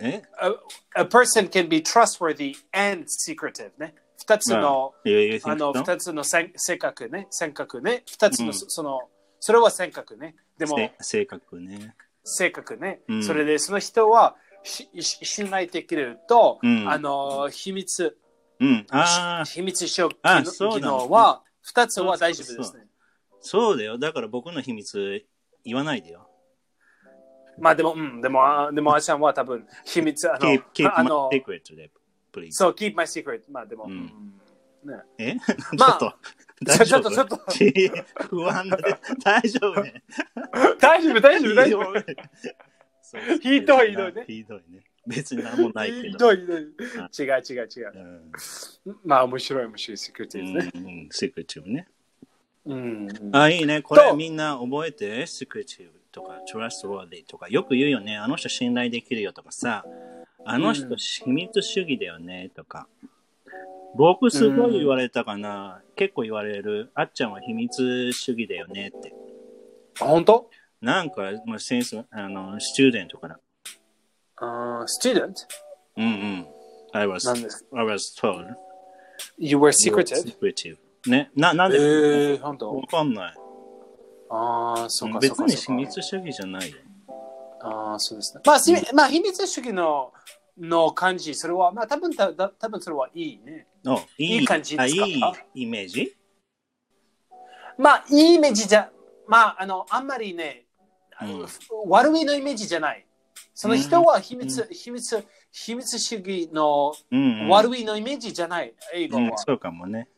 S2: え
S1: A, a person can be trustworthy and secretive ね。二つの、
S2: You- you think
S1: あの、
S2: so?
S1: 二つのせん性格ね。性格ね。二つの、
S2: うん
S1: その、それは性格ね。でも、
S2: せ性格ね。
S1: 性格ね。
S2: うん
S1: それで、その人は、しし信頼できると、
S2: うん
S1: あの、秘密、
S2: うん。ああ、
S1: 秘密主義
S2: あ
S1: の
S2: そう
S1: 技
S2: なんですね
S1: 能は、二つは大丈夫ですね。
S2: そうだよ。だから僕の秘密言わないでよ。
S1: まあでも、うん、でも、あでも、あちゃんは多分、秘密、あ
S2: keep, keep
S1: の、あ
S2: my
S1: の、
S2: secret で、please.
S1: そう、keep my secret。まあでも、
S2: うん
S1: うんね、
S2: え *laughs* ちょ
S1: まあ
S2: っと、大
S1: ちょち
S2: 丈
S1: ょっと、ちょ
S2: 夫
S1: っと、
S2: 不安だね。大丈
S1: *laughs*
S2: 夫ね。
S1: 大丈夫、大丈夫、大丈夫。
S2: そう
S1: ひどいひどいね
S2: ひどいね。別に何もないけど。
S1: ひどい、ひどい。違う、違う、違う。
S2: うん。
S1: まあ、面白い、面白い、セキュリティですね。
S2: うん、セクチューね。
S1: うん。
S2: あ、いいね。これ
S1: と
S2: みんな覚えて、セクチューとか、トラストワーディとか、よく言うよね。あの人信頼できるよとかさ、あの
S1: う
S2: 人
S1: ん
S2: 秘密主義だよねとか。僕すごい言われたかな。結構言われる。あっちゃんは秘密主義だよねって。
S1: 本当
S2: なんか、まあ、先生、あの、スチューデントから。
S1: あー student?
S2: うんうん。I was,
S1: なんです
S2: I was told.
S1: You were secreted?
S2: secretive. ね。な、なん
S1: え
S2: で、
S1: ー、本
S2: わ
S1: 当
S2: かんない。
S1: ああ、そうか、そう
S2: 別
S1: か。
S2: に
S1: そ
S2: 秘
S1: うか
S2: 密主義じゃないよ。
S1: ああ、そうですね。まあ、しまあ、秘密主義のの感じ、それは、まあ、多分ただ多分それはいいね。
S2: お
S1: い
S2: い
S1: い感じ
S2: あ
S1: ですか
S2: いいイメージ
S1: まあ、いいイメージじゃ、まあ、あの、あんまりね、
S2: うん
S1: 悪いのイメージじゃない。その人は秘密、秘密、秘密主義の
S2: うん、うん。
S1: 悪いのイメージじゃない、英語
S2: うん
S1: は。
S2: そうかもね。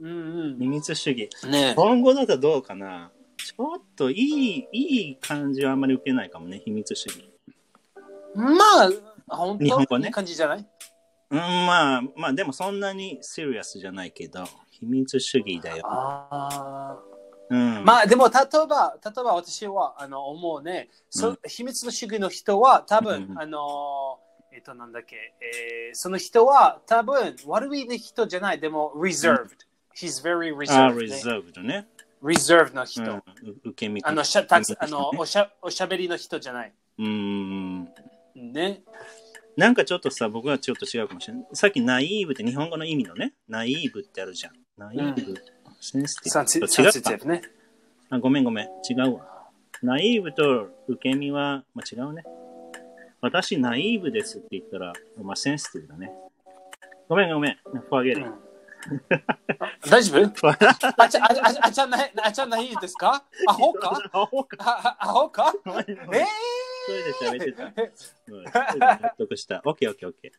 S1: うん
S2: 秘密主義。
S1: うん。ね
S2: 今後だとどうかなちょっといい、いい感じはあんまり受けないかもね、秘密主義。
S1: まあ、本
S2: 日本
S1: 当
S2: 語
S1: に
S2: ね
S1: いい感じじゃない
S2: うん、まあ、まあでもそんなにシリアスじゃないけど、秘密主義だよ。
S1: ああ。
S2: うん。
S1: まあでも例えば、例えば私はあの思うね、そ
S2: うん
S1: 秘密の主義の人は多分、
S2: うんうん
S1: あの、えっとなんだっけ、えーその人は多分悪い人じゃない、でも reserved。He's very
S2: あ、
S1: reserved、
S2: リ
S1: ね。
S2: ザーブドね。
S1: reserved の
S2: う
S1: 人。
S2: ん、う受け身
S1: あの、しゃたつあのおしゃおしゃべりの人じゃない。
S2: うん。
S1: ね。
S2: なんかちょっとさ、僕はちょっと違うかもしれない。さっきナイーブって日本語の意味のね、ナイーブってあるじゃん。ナイーブ、センシテ
S1: サンシ
S2: ィブ。
S1: サンシ
S2: 違
S1: ティ
S2: うか
S1: ブね。
S2: あ。ごめんごめん、違うわ。ナイーブと受け身は、まあ、違うね。私、ナイーブですって言ったら、まあ、センシティブだね。ごめんごめん、ファゲ
S1: う
S2: ル。
S1: んあ大丈夫
S2: *laughs*
S1: あちゃ、あちゃ、あちゃ、あちゃない、あちゃないですかアホか
S2: ア *laughs* ホか
S1: ああアホか
S2: ごめんごめん
S1: え
S2: 一人で喋ってた。
S1: え
S2: うん一人で納得した。オッケーオッケーオッケー。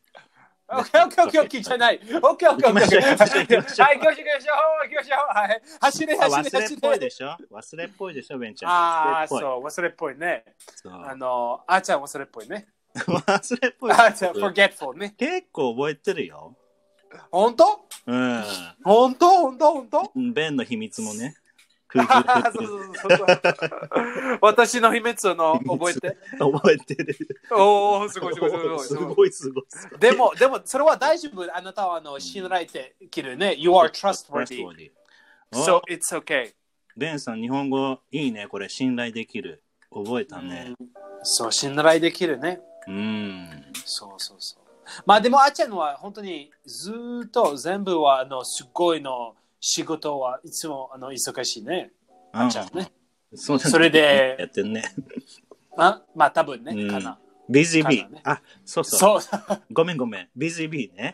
S1: オッケーオッケーオッケーオッケーじゃない。オッケーオッケーオッケー。はい、行きましょう、行きましょう、行きましょう。はい、走れ、
S2: あ
S1: 走れ、
S2: 忘れっぽい
S1: 走れ
S2: で。しょ忘れっぽいでしょ、ベンちゃん。
S1: ああ、
S2: 忘れっぽい
S1: そう、忘れっぽいね。
S2: そう
S1: あの、あーちゃん忘れっぽいね。
S2: 忘れっぽい
S1: あ。ーちゃん、forgetful ね。
S2: 結構覚えてるよ。
S1: 本当
S2: う
S1: 本当本当本当
S2: ん。ベンの秘密もね。空
S1: *laughs* あ
S2: 気
S1: ーそうそうそうそう。私の秘密をの覚え *laughs* て。
S2: 覚えてる。
S1: おお、すごいすごいすごいす
S2: す
S1: ごい。
S2: ごいすごい。
S1: でも、でも、それは大丈夫。あなたはあの信頼できるね。You are trustworthy.
S2: trustworthy。
S1: So
S2: お
S1: it's okay.
S2: ベンさん、日本語いいね。これ、信頼できる。覚えたね。
S1: そう、信頼できるね。
S2: うん。
S1: そうそうそう。まあでも、あっちゃんは本当にずーっと全部はあのすっごいの仕事はいつもあの忙しいね。あっちゃんね。
S2: うんそうだね
S1: それで
S2: やってんね。
S1: あまあ多分ね、
S2: うん
S1: かな。
S2: ビジビ
S1: かなね
S2: あ、そうそう。
S1: そう、
S2: ごめんごめん。ビジビね。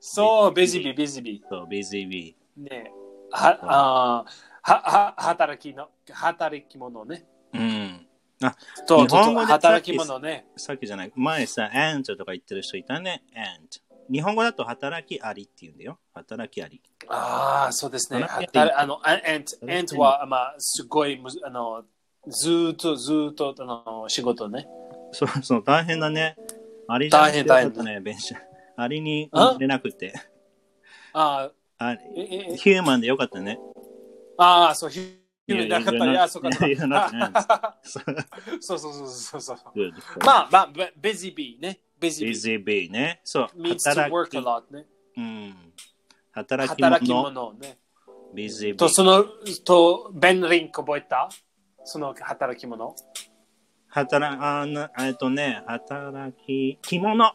S1: そう、ビジビ、ビジビ。
S2: そう、ビジビ
S1: ね。は、あーは、は、働きの、働き者ね。
S2: うん。あ、
S1: と、
S2: 日本語で
S1: 働き者ね。
S2: さっきじゃない。前さ、アントとか言ってる人いたね。アント。日本語だと働きありって言うんだよ。働きあり。
S1: ああ、そうですね。
S2: 働き
S1: 働あの、あエント、エントは、まあ、すごいむず、あの、ずーっと、ずーっと、あの、仕事ね。
S2: そうそう、大変だね。アリ
S1: 大変大変
S2: だね、ベンシャ。アリに
S1: あ
S2: 入れなくて。
S1: あ
S2: あ
S1: あ、え、え、え
S2: ヒューマンでよかったね。
S1: ああ、そう、ヒューマンなかった
S2: いやい
S1: り、
S2: や
S1: あそうか、そ
S2: いうやいやいや
S1: か。
S2: そう
S1: そうそうそうそうそう。
S2: Good. あ、
S1: まあ、まあ、ベベジビーね。ベジビー。
S2: BZB ね。そう、
S1: means to
S2: 働
S1: work
S2: き
S1: a。lot ね。
S2: うん。働き
S1: 働き
S2: 者。
S1: 者ね。
S2: BZB。
S1: と、その、と、ベンリンク覚えたその働き者。
S2: 働あな、えっとね、働き、着物。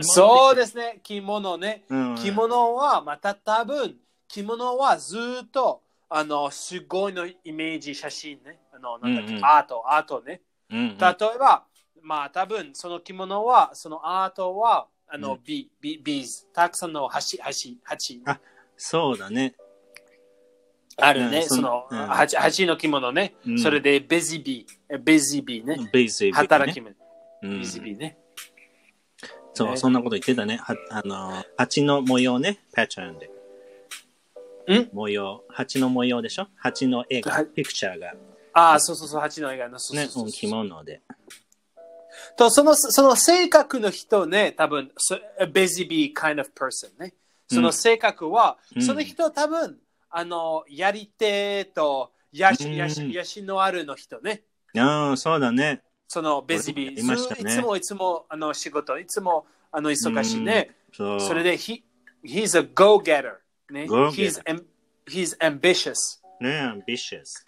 S1: そうですね、着物ね。
S2: うん
S1: 着物は、また多分、着物はずーっと、あの、すごいのイメージ、写真ね。あの、なんだっけ、
S2: うんうん
S1: アート、アートね。
S2: うんう
S1: 例え
S2: ん。
S1: ば、まあ多分その着物は、そのアートは、あの、
S2: うん
S1: ビビビーズ、たくさんの橋、橋、鉢
S2: あそうだね。
S1: ある
S2: うん
S1: ね、
S2: そ
S1: その、
S2: うん
S1: 八八の着物ね、
S2: うん
S1: それでベジビー、ベジビーね、
S2: ベーシック、ね。
S1: 働き者、
S2: う
S1: ベ
S2: ん、
S1: ジビーね。
S2: そう、
S1: ね
S2: そんなこと言ってたね。はあの、蜂の模様ね、パチャンで。
S1: ん
S2: 模様。蜂の模様でしょ蜂の絵
S1: は
S2: が、
S1: い
S2: ピクチャーが、
S1: ああ、そうそうそう、八の映画の、そう
S2: ね、
S1: そうそ
S2: うん
S1: う
S2: 着物で。
S1: とその、その性格の人ね、多分、そ busy bee kind of person ね。その性格は、
S2: うん
S1: その人多分、あの、やり手と、やし、や
S2: うん
S1: し、やしのあるの人ね。
S2: ああ、そうだね。
S1: その、busy bee
S2: いましたね
S1: ずいつもいつも、あの、仕事、いつも、あの、忙しいね。
S2: そう。
S1: それで、he, he's a go-getter. ね。he's,
S2: Go-getter
S1: am, he's ambitious.
S2: ね、アンビシャス。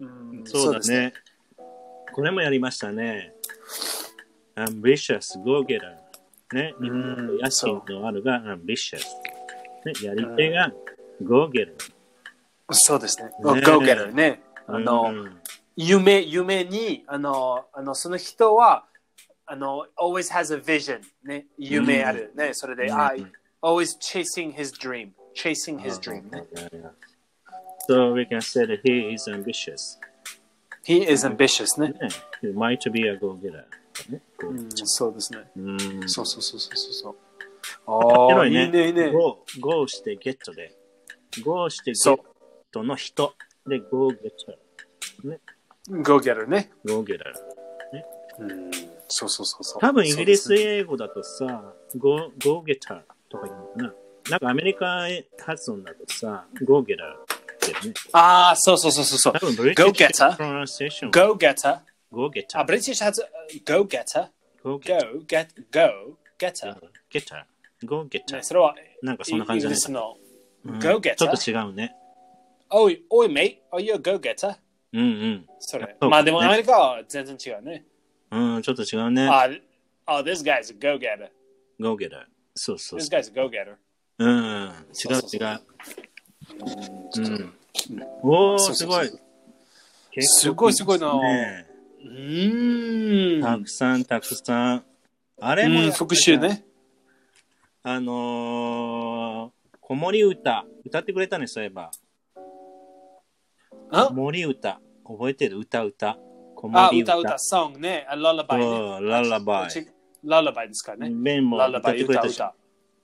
S1: うん
S2: そうだ
S1: ですね
S2: ね。これもやりましたね。ambitious, go getter. ね、日本語と野心のあるが ambitious。ね、やり手が go getter。
S1: そうですね。
S2: ね
S1: go-getter ね。あの、
S2: うん
S1: 夢夢にあのあのその人はあの always has a vision ね夢あるね、それで、
S2: うん
S1: あ always chasing his dream chasing his dream ね
S2: So we can say that he is ambitious.
S1: he is ambitious ね、
S2: ね He might be a go getter. ね
S1: うん、そうですね
S2: うん
S1: そうそうそうそうそうそう
S2: 面
S1: あ
S2: 白
S1: あ、
S2: い
S1: いい
S2: ね。
S1: ねいいね
S2: go, go して get で。go して
S1: そう
S2: get の人。で、go getter。
S1: go getter ね
S2: go getter。
S1: うんそうそうそうそう
S2: 多分イギリス
S1: そうですね
S2: 英語だとさ、ゴーゲターとか言うのかな。なんかアメリカ発音だとさ、ゴーゲターってね。
S1: ああそうそうそうそうそう
S2: 多分ブリティ
S1: go
S2: ッシュ
S1: getter
S2: プロナンセーション。
S1: go getter
S2: ゴーゲタ
S1: あブリティッシュ発 go getter
S2: ゴーゲ
S1: go get go getter
S2: ター。ゴーゲタ
S1: ね
S2: ー。
S1: それは
S2: なんかそんな感
S1: イ
S2: じ
S1: ギ
S2: だね
S1: リ。スの
S2: うんちょ
S1: go
S2: っと
S1: getter
S2: 違うね。
S1: おい、おい、mate, are you a go-getter?
S2: うん
S1: それ。
S2: そう
S1: まあでも
S2: ね
S1: アメリカは全然違うね。
S2: うん。うん、ちょっと違うね。
S1: あ、あ、this guy's a go-getter.
S2: ゴーゲター。そうそう
S1: This
S2: そ
S1: guy's a go-getter.
S2: う。うん。違う
S1: そうそうそう
S2: 違う。うん。おー、
S1: そうそ
S2: す
S1: う
S2: ご
S1: そう
S2: い。
S1: すごいすごいな
S2: ね
S1: うー
S2: た
S1: ん。
S2: くさんたくさん。あれも
S1: うん、
S2: やってた
S1: 復習。ね。
S2: あのー、子守歌、歌ってくれたね、そういえば。
S1: あ
S2: 子、守歌、覚えてる歌歌。子
S1: あ
S2: 守歌。
S1: 歌歌、song ね。あ、lullaby ね。
S2: そう、ララバイ。
S1: ち lullaby ですからね。
S2: ベンも歌って
S1: lullaby
S2: くれ
S1: 歌
S2: たし。
S1: 歌。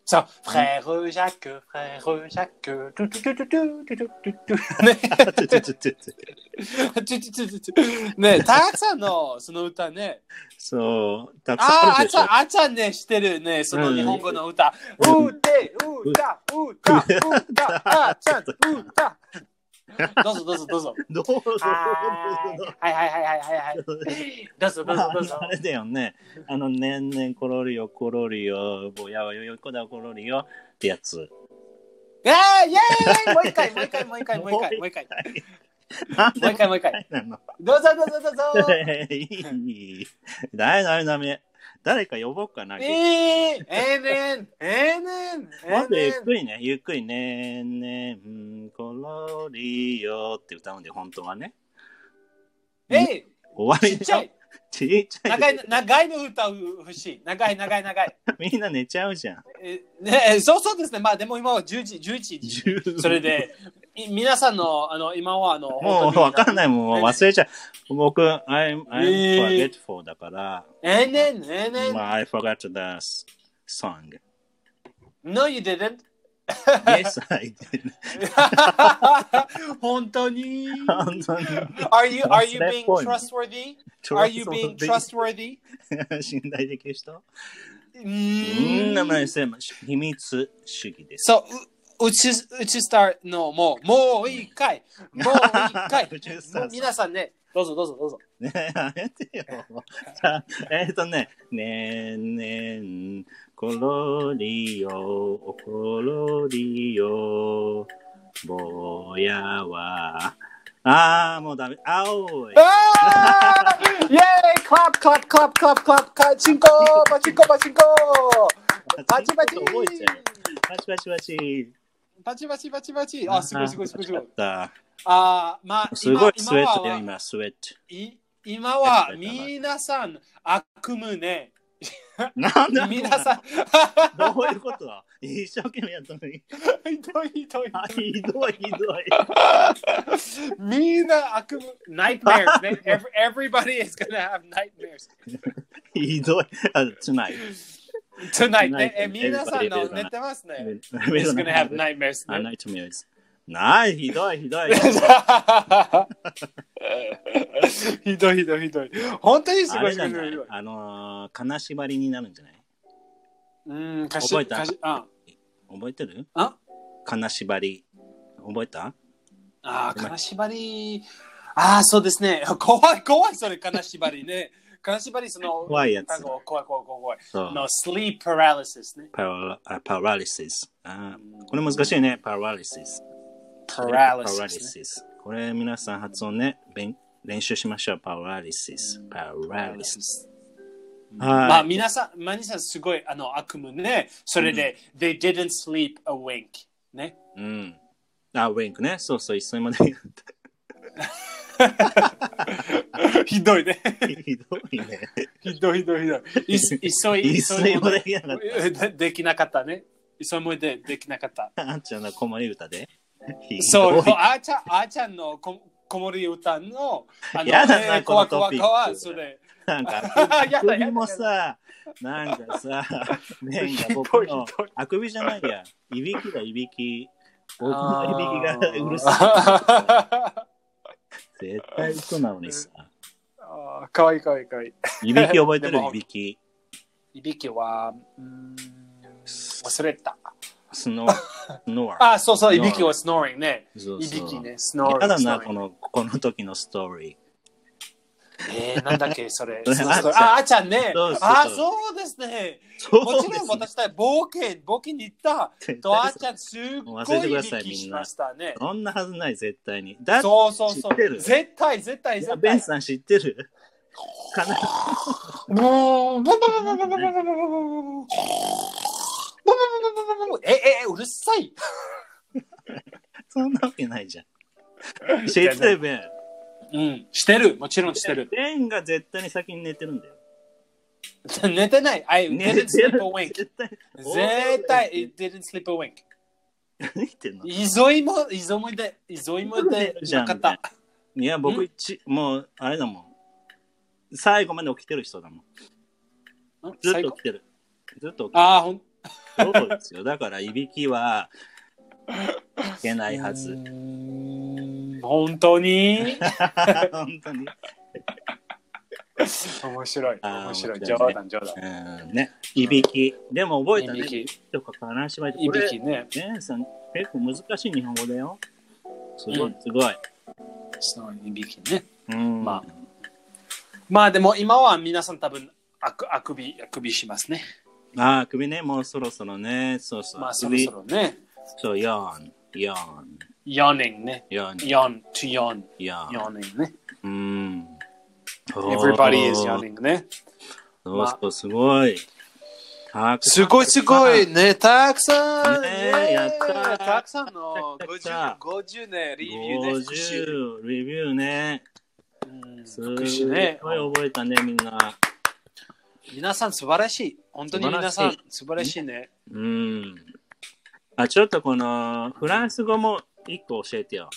S1: そう、frère Jacques, frère Jacques, トゥトゥトゥトゥトゥトゥトゥね。
S2: *laughs*
S1: トゥトゥトゥトゥトゥね、たくさんのその歌ね。
S2: そう、たくさん
S1: あ
S2: あ
S1: あ、
S2: る
S1: あ
S2: で
S1: ち
S2: しょ。
S1: ゃ、あちゃねしてるね、その日本語の歌。う
S2: うん
S1: で、うた、うた、うた、あちゃん、うた。どうぞどうぞどうぞ。
S2: どうぞどうぞ
S1: はいはいはいはいはいはいはい。どうぞどうぞどうぞ
S2: あ。れだよね。あの、ねんねんころりよ、ころりよ、ぼやわよ、よこだころりよってやつ。
S1: えー、イェーイもう一回もう一回もう一回もう一回もう一回
S2: なん
S1: もう
S2: で
S1: 一回もう一回。
S2: *laughs* なの
S1: どうぞどうぞどうぞ。
S2: いい。だめだめだめ。誰か呼ぼうかな。
S1: えー、えーねん、えーねん、え
S2: ま
S1: ー
S2: ずゆ
S1: ね
S2: っくりね、ゆっくりね、ねん、ころりよって歌うんで、本当はね。
S1: ん。え
S2: 終わ
S1: ー、ち
S2: り
S1: っちゃい。
S2: ちっちゃい
S1: 長い、長いの歌う欲しい。長い長い長い。
S2: みんな寝ちゃうじゃん。
S1: えね、そうそうですね、まあでも今は10時、11時、それで、い皆さんのあの今はあの、。
S2: もうわかんないいもん、忘れちゃう。僕、I'm, I'm
S1: えー
S2: forgetful だから、
S1: えーねん、えーねん、
S2: まあ、I forgot the
S1: *laughs*
S2: song.
S1: No, you didn't. *laughs*
S2: Yes, I did. *laughs*
S1: 本当に
S2: 本当に
S1: Are you, are you
S2: 忘れっ
S1: being
S2: ぽい
S1: trustworthy? Are you being trustworthy?
S2: *laughs* 信頼できる人
S1: う
S2: みんな
S1: ーん。
S2: 前せ秘密主義です。、
S1: そう、ううち、うちスターのもう、もう一回、もう一回
S2: *laughs* 宇宙スター
S1: もう皆さんね、どうぞどうぞどうぞ。
S2: ねえ、やめてよ。さあえっ、とね、ねえねえ、ころりよ、おころりよ、ぼやは。ああ、もうダメ。青
S1: *laughs*
S2: い。
S1: Ah! Yay! Clap, clap, clap, clap, clap, clap. Cinco, pachinko, pachinko. *laughs* パチパチ
S2: 覚えちゃう。パチパチパチ。
S1: パチパチパチパチ。あ、すごいすごいすごいすごい
S2: *laughs* あ。った
S1: あー、まあ、
S2: すごいスウェッ
S1: は
S2: トだよ、今、スウェット。
S1: い今は、皆さん、悪夢ね、
S2: なんだ
S1: 皆さん、
S2: ど
S1: *laughs*
S2: ういうことだ一生懸命やったのに。
S1: ひどいひどい。
S2: あ
S1: *laughs*
S2: ひどいひどい。
S1: みんな悪夢、nightmares ね。Every- Everybody is gonna have nightmares
S2: ひどい。あ、つない。
S1: tonight ね。え、
S2: Tonight,
S1: 皆さん
S2: everybody
S1: の
S2: is gonna-
S1: 寝てますね。
S2: We're
S1: is gonna have nightmares
S2: あ、
S1: ね。
S2: ナイトメアです。ない、ひどい
S1: *laughs*
S2: ひどい。
S1: *laughs* ひどいひどいひどい。本当にす
S2: あ
S1: ごい
S2: れ
S1: ひ
S2: じ
S1: ど
S2: ゃ
S1: いひ
S2: な
S1: どい。
S2: いあのー、金縛りになるんじゃない
S1: うん、かし
S2: 覚えた
S1: かしあ
S2: 覚えてる
S1: あ
S2: 金縛り。覚えた
S1: あー、金縛り。ああ、そうですね。怖い、怖い、それ、金縛りね。金縛り、その、
S2: 怖いやつ
S1: 単語怖い、怖い、怖い、怖い。
S2: そう。
S1: の、sleep paralysis ね。
S2: パラあパラリシス。あーこれ難しいね。パラリシス。パラリ
S1: paralysis ね。
S2: シス。これ皆さん発音ね。勉練習しましょう。パラリシス。パラリシス。
S1: まあ、
S2: はい。
S1: 皆さん、マニさん、すごい、あの、悪夢ね。それで、they didn't sleep a wink。ね。
S2: *laughs* うん。あ、ウィンクね。そうそう、一緒までやった。
S1: ひどいね。
S2: ひどいね。 *laughs*
S1: ひどいひどいひどい。い急い、
S2: 一緒までやがった。
S1: でできなかったね。急いもでできなかった。
S2: あんちゃんの子守歌で。ひどい
S1: そう、あーちゃん、あーちゃんのこ子守歌の、あの、
S2: やだな
S1: えー
S2: この
S1: 怖い怖い
S2: トピック
S1: 怖いそれ。
S2: なんか、
S1: *laughs* やだ
S2: あく
S1: やだ
S2: びもさ、なんかさ、麺が僕
S1: ひどい
S2: の
S1: ひどい、
S2: あくびじゃないや、いびきだ、いびき。僕のいびき
S1: あー
S2: がうるさい。絶対嘘なのにさ。
S1: あー *laughs* かわいいかわいいかわいい。
S2: いびき覚えて
S1: で
S2: る
S1: も
S2: いびき。
S1: いびきは、うーん忘れた。
S2: スノー、スノー。
S1: あ、そうそう、いびきは snoring ね。
S2: そう
S1: い
S2: そう
S1: びきね、
S2: 嫌
S1: snoring。
S2: だな、
S1: snoring
S2: この、この時のストーリー。
S1: えー、なんだっけ、それ。
S2: それ
S1: そのストーリーあ、
S2: あ
S1: あーちゃんね
S2: そうそう。そう
S1: あー、そうですね。
S2: そ
S1: もち
S2: うで
S1: ろん
S2: すね
S1: 私たち冒険、冒険に行った。とあーちゃん、すっ
S2: 忘
S1: ご
S2: れて
S1: い
S2: く
S1: い
S2: ださ
S1: び
S2: い
S1: きしましたね。
S2: そんなはずない、絶対に。だって、
S1: そうそうそ
S2: 知って
S1: う。
S2: る
S1: 絶対、絶対、
S2: いや
S1: 絶
S2: ベン
S1: 対。
S2: さん知ってる *laughs* かな
S1: もう、ブンブンブンブンブンブンブンブンブンブンブンブンブンブンブンブンブンブンブンえ、え、うるさい。
S2: そんなわけないじゃ
S1: *laughs*
S2: ん。知ってる、ベン。
S1: うん、してる。もちろんしてる。
S2: ベンが絶対に先に寝てるんだよ。
S1: 寝てない。I
S2: 寝
S1: didn't
S2: て
S1: sleep
S2: る
S1: a wink.
S2: 絶対。
S1: 絶対、it didn't sleep a wink.
S2: 何言ってんの
S1: いぞいも、いぞもいで、いぞいもいで、なかった。
S2: いや、僕一、もう、あれだもん。最後まで起きてる人だもん。ずっ
S1: 最
S2: と
S1: 高
S2: 起きてる。ずっと起き
S1: ああ、ほん
S2: てる。そうですよ。だから、いびきは、いけないは
S1: う
S2: ず。
S1: ーん本当に
S2: *laughs* 本当に。
S1: *laughs* 面白い。
S2: あー
S1: 面白い。
S2: 面
S1: 冗
S2: 白いね
S1: 談、冗談。
S2: うん、ね。いびき。でも覚えたね。
S1: いびき
S2: とか、悲しまれて。
S1: い
S2: これ
S1: びきね。
S2: ねえさん、結構難しい日本語だよ。すご
S1: う
S2: い、すごい。
S1: そのいびきね。
S2: うん
S1: ままあでも今は皆さん多分あくあくび、あくびしますね。
S2: ああ、首ね、もうそろそろね。そうそう。
S1: まあそろ
S2: 首
S1: そろね。
S2: そう、ヤーン、ヤーン、
S1: yawning ね。
S2: ヤーン、
S1: yawn, to yawn,
S2: ヤーン。
S1: yawning ね。
S2: うん。
S1: everybody is
S2: そう
S1: yawning ね。
S2: そうそう、すごい。たくさん
S1: すごいすごいね。たくさん
S2: ね
S1: イェーイ
S2: やった
S1: たくさんの
S2: やった
S1: 50、50ね、リビューで復習。
S2: 50レビューね。
S1: うん
S2: すご
S1: 復習
S2: い
S1: ね。
S2: 覚えたね、みんな。
S1: 皆さん素晴らしい。本当に皆さん素晴らしいね。
S2: うん。あ、ちょっとこの、フランス語も一個教えてよ。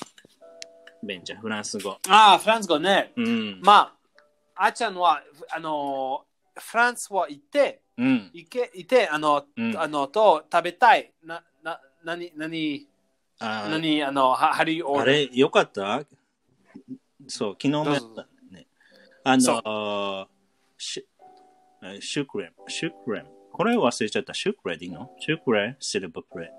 S2: ベンちゃん、フランス語。
S1: ああ、フランス語ね。
S2: うん。
S1: まあ、あーちゃんは、あのー、フランスは行って、
S2: うん。
S1: 行け、いて、あの、
S2: うん
S1: あの、と、食べたい。な、な、なに、なに、
S2: あ
S1: なに、あの、は、ハリオ
S2: あれ、よかったそう、昨日もやっ
S1: どう
S2: たね。あ
S1: そ
S2: の、シュシュクレ、シュクレ。これ忘れちゃった。シュクレでいいのシュクレ、シルブプレ。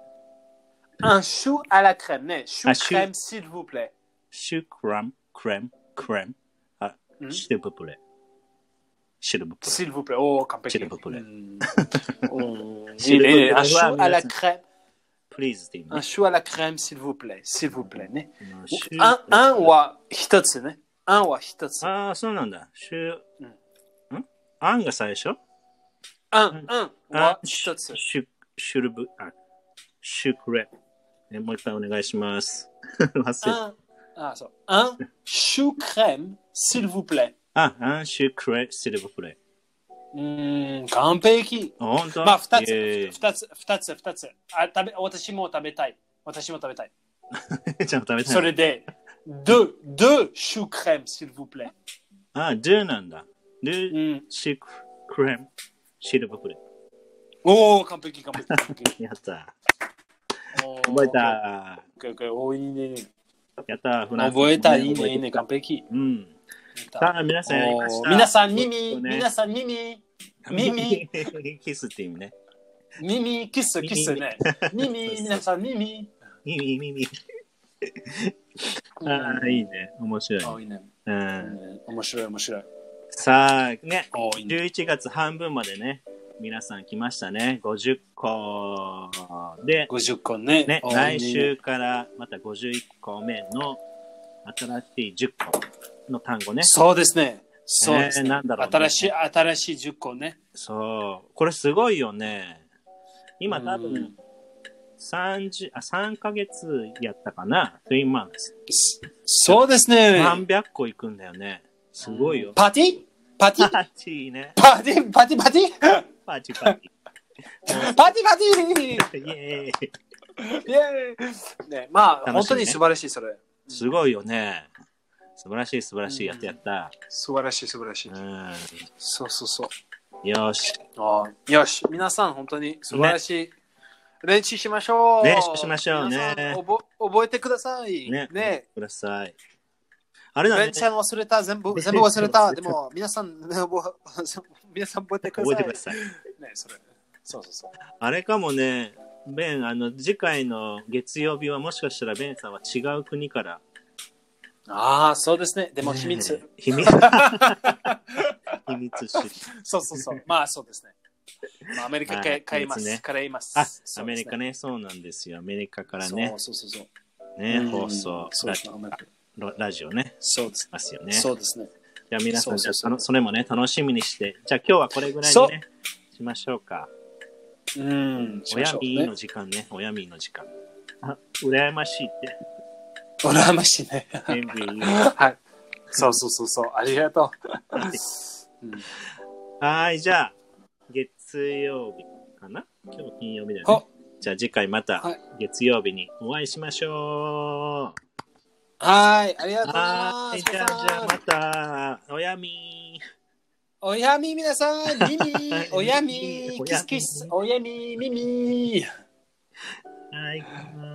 S1: Un chou à la crème, ね。シュ
S2: あ
S1: ー
S2: シ
S1: ク
S2: ュー
S1: レーム、s'il vous plaît。
S2: シュクラム、クレム、クレム。あ、
S1: ん
S2: シルブプレ。シルブプレ。
S1: s'il vous plaît。おー、完璧。
S2: s'il vous plaît *laughs*
S1: うん。おーい
S2: s'il vous
S1: いね
S2: plaît は
S1: Un chou à la crème,
S2: プリーズって意味
S1: un chou à la crème, s'il vous plaît. s'il vous plaît ね。
S2: シュ
S1: あ、あんは一つね。あんは一つ。
S2: ああ、そうなんだ。シュ
S1: う、
S2: んあんが最初
S1: あん、あんは
S2: あ、
S1: 一つ。
S2: シュ、シュルブ、あ、シュクレ。ねもう一回お願いします。 *laughs* 忘れた。
S1: Un, ah, ça. un chou crème, s'il vous plaît.
S2: あ、アンシュクレ、シルブプレ。
S1: うーん、完璧。
S2: 本当
S1: まあ、二
S2: イエ
S1: つ、二つ、二つ、二つ。あ、食べ、私も食べたい。私も食べたい。 *laughs*
S2: ーイちゃんと食べたい。
S1: それで、deux, deux choux crème, s'il vous plaît. Hmm.
S2: あ、ドゥなんだ。ドゥ、
S1: うん。
S2: シーククレーム、シルバープレ
S1: おお、完璧、完璧、完
S2: *laughs*
S1: 璧。
S2: ー。やった。
S1: おー
S2: 覚え。た。
S1: Oh, OK OK おーいいね、いいね。
S2: やった。フランス
S1: 覚えた、いい
S2: 覚
S1: ね、
S2: え
S1: いいね、完璧。
S2: うん。
S1: お
S2: さあ、皆さんやりまし
S1: ー
S2: た。
S1: 皆さん、耳、
S2: そうね
S1: 皆さん、耳、耳。
S2: *laughs* キスって意味ね。
S1: 耳、キス、キスね。耳、皆さん、耳。
S2: 耳、耳。
S1: うん
S2: ああ、いいね。面白
S1: お
S2: い。
S1: いいね。
S2: う。
S1: うんん面白い、面白い。
S2: さあ、ね。
S1: おーいいね。
S2: 11月半分までね、皆さん来ましたね。50個。で、
S1: 50個ね。
S2: ね、
S1: おーい
S2: 来
S1: いね
S2: 週からまた51個目の新しい10個の単語ね。
S1: そうですね。そうですね。
S2: なんだろうね
S1: 新しい、新しい10個ね。
S2: そう。これすごいよね。今多
S1: う
S2: 分
S1: ん
S2: 30、あ、3ヶ月やったかな。3 months。
S1: そそうですね。
S2: 300個いくんだよね。すごいよ。
S1: パティパテ
S2: *laughs* パ
S1: ィ
S2: ーティーね。
S1: パティパティ
S2: *laughs*
S1: パティ
S2: パーティーパ
S1: パ
S2: ーテ
S1: ティパティイ
S2: ィー。イェー
S1: ェー
S2: イ。
S1: イね、まあ、
S2: 楽しいね
S1: 本当に素晴らしい、それ。
S2: すごいよね。素晴らしい素晴らしい。
S1: う
S2: や
S1: ん
S2: ったやった。。
S1: 素晴らしい、素晴らしいう
S2: ん。
S1: そうそうそう。
S2: よし。
S1: あーよし、皆さん、本当に素晴らしい。練習しましょう。
S2: 練習しましょうね
S1: 皆さん覚覚えてください。
S2: ね
S1: ね。。
S2: ください。あれだ
S1: ベ
S2: ね
S1: ン。ちゃん忘れた、全 *laughs* 部、全部忘れた。でも、皆さん、 *laughs* 皆さん覚えてください。
S2: 覚えてください。
S1: ね、それ。そうそうそう。
S2: あれかもね。ベン、あの、次回の月曜日はもしかしたらベンさんは違う国から
S1: ああ、そうですね。でも、秘密。
S2: ねえ。秘
S1: *laughs*
S2: 密。秘密主義。
S1: そうそうそう。 *laughs* まあ、そうですね。まあ、アメリカ
S2: はい
S1: 買います。
S2: 秘密ね
S1: 買います。
S2: あ、
S1: そ
S2: ア
S1: う
S2: メ
S1: です
S2: リカね、そうなんですよ。アメリカから
S1: ね
S2: ね、。
S1: そうそうそう
S2: ね、
S1: そう。
S2: 放送
S1: うん、そう
S2: ラ
S1: そうアメリカ
S2: ララジオね、
S1: そうです
S2: しますよね。
S1: ね。
S2: じ
S1: そ
S2: ゃ
S1: うですね。
S2: あ皆さん、じ
S1: そ
S2: ゃ
S1: うそ
S2: あそ
S1: うそう
S2: のそれもね、楽しみにして、じゃあ今日はこれぐらい
S1: そ
S2: に
S1: う
S2: ね、しましょうか。
S1: うん。し
S2: お
S1: ま
S2: や
S1: しょう
S2: み
S1: ね
S2: の。時間ね、おやみの時間。あ、羨ましいって。
S1: 羨ましいね。 *laughs*
S2: 全部いい
S1: はい。そうそうそうそう。ありがとう。うん
S2: はーい、じゃあ、月曜日かな今日金曜日だよね
S1: ほ。
S2: じゃあ次回また
S1: はい
S2: 月曜日にお会いしましょう。
S1: はい。ありがとうござい
S2: は
S1: ま
S2: ーい、
S1: す。
S2: じゃあ、じゃあまた、おやみ、
S1: おやみ皆さん、耳おやみ、キスキス、おやみ、耳。 *laughs*
S2: はい。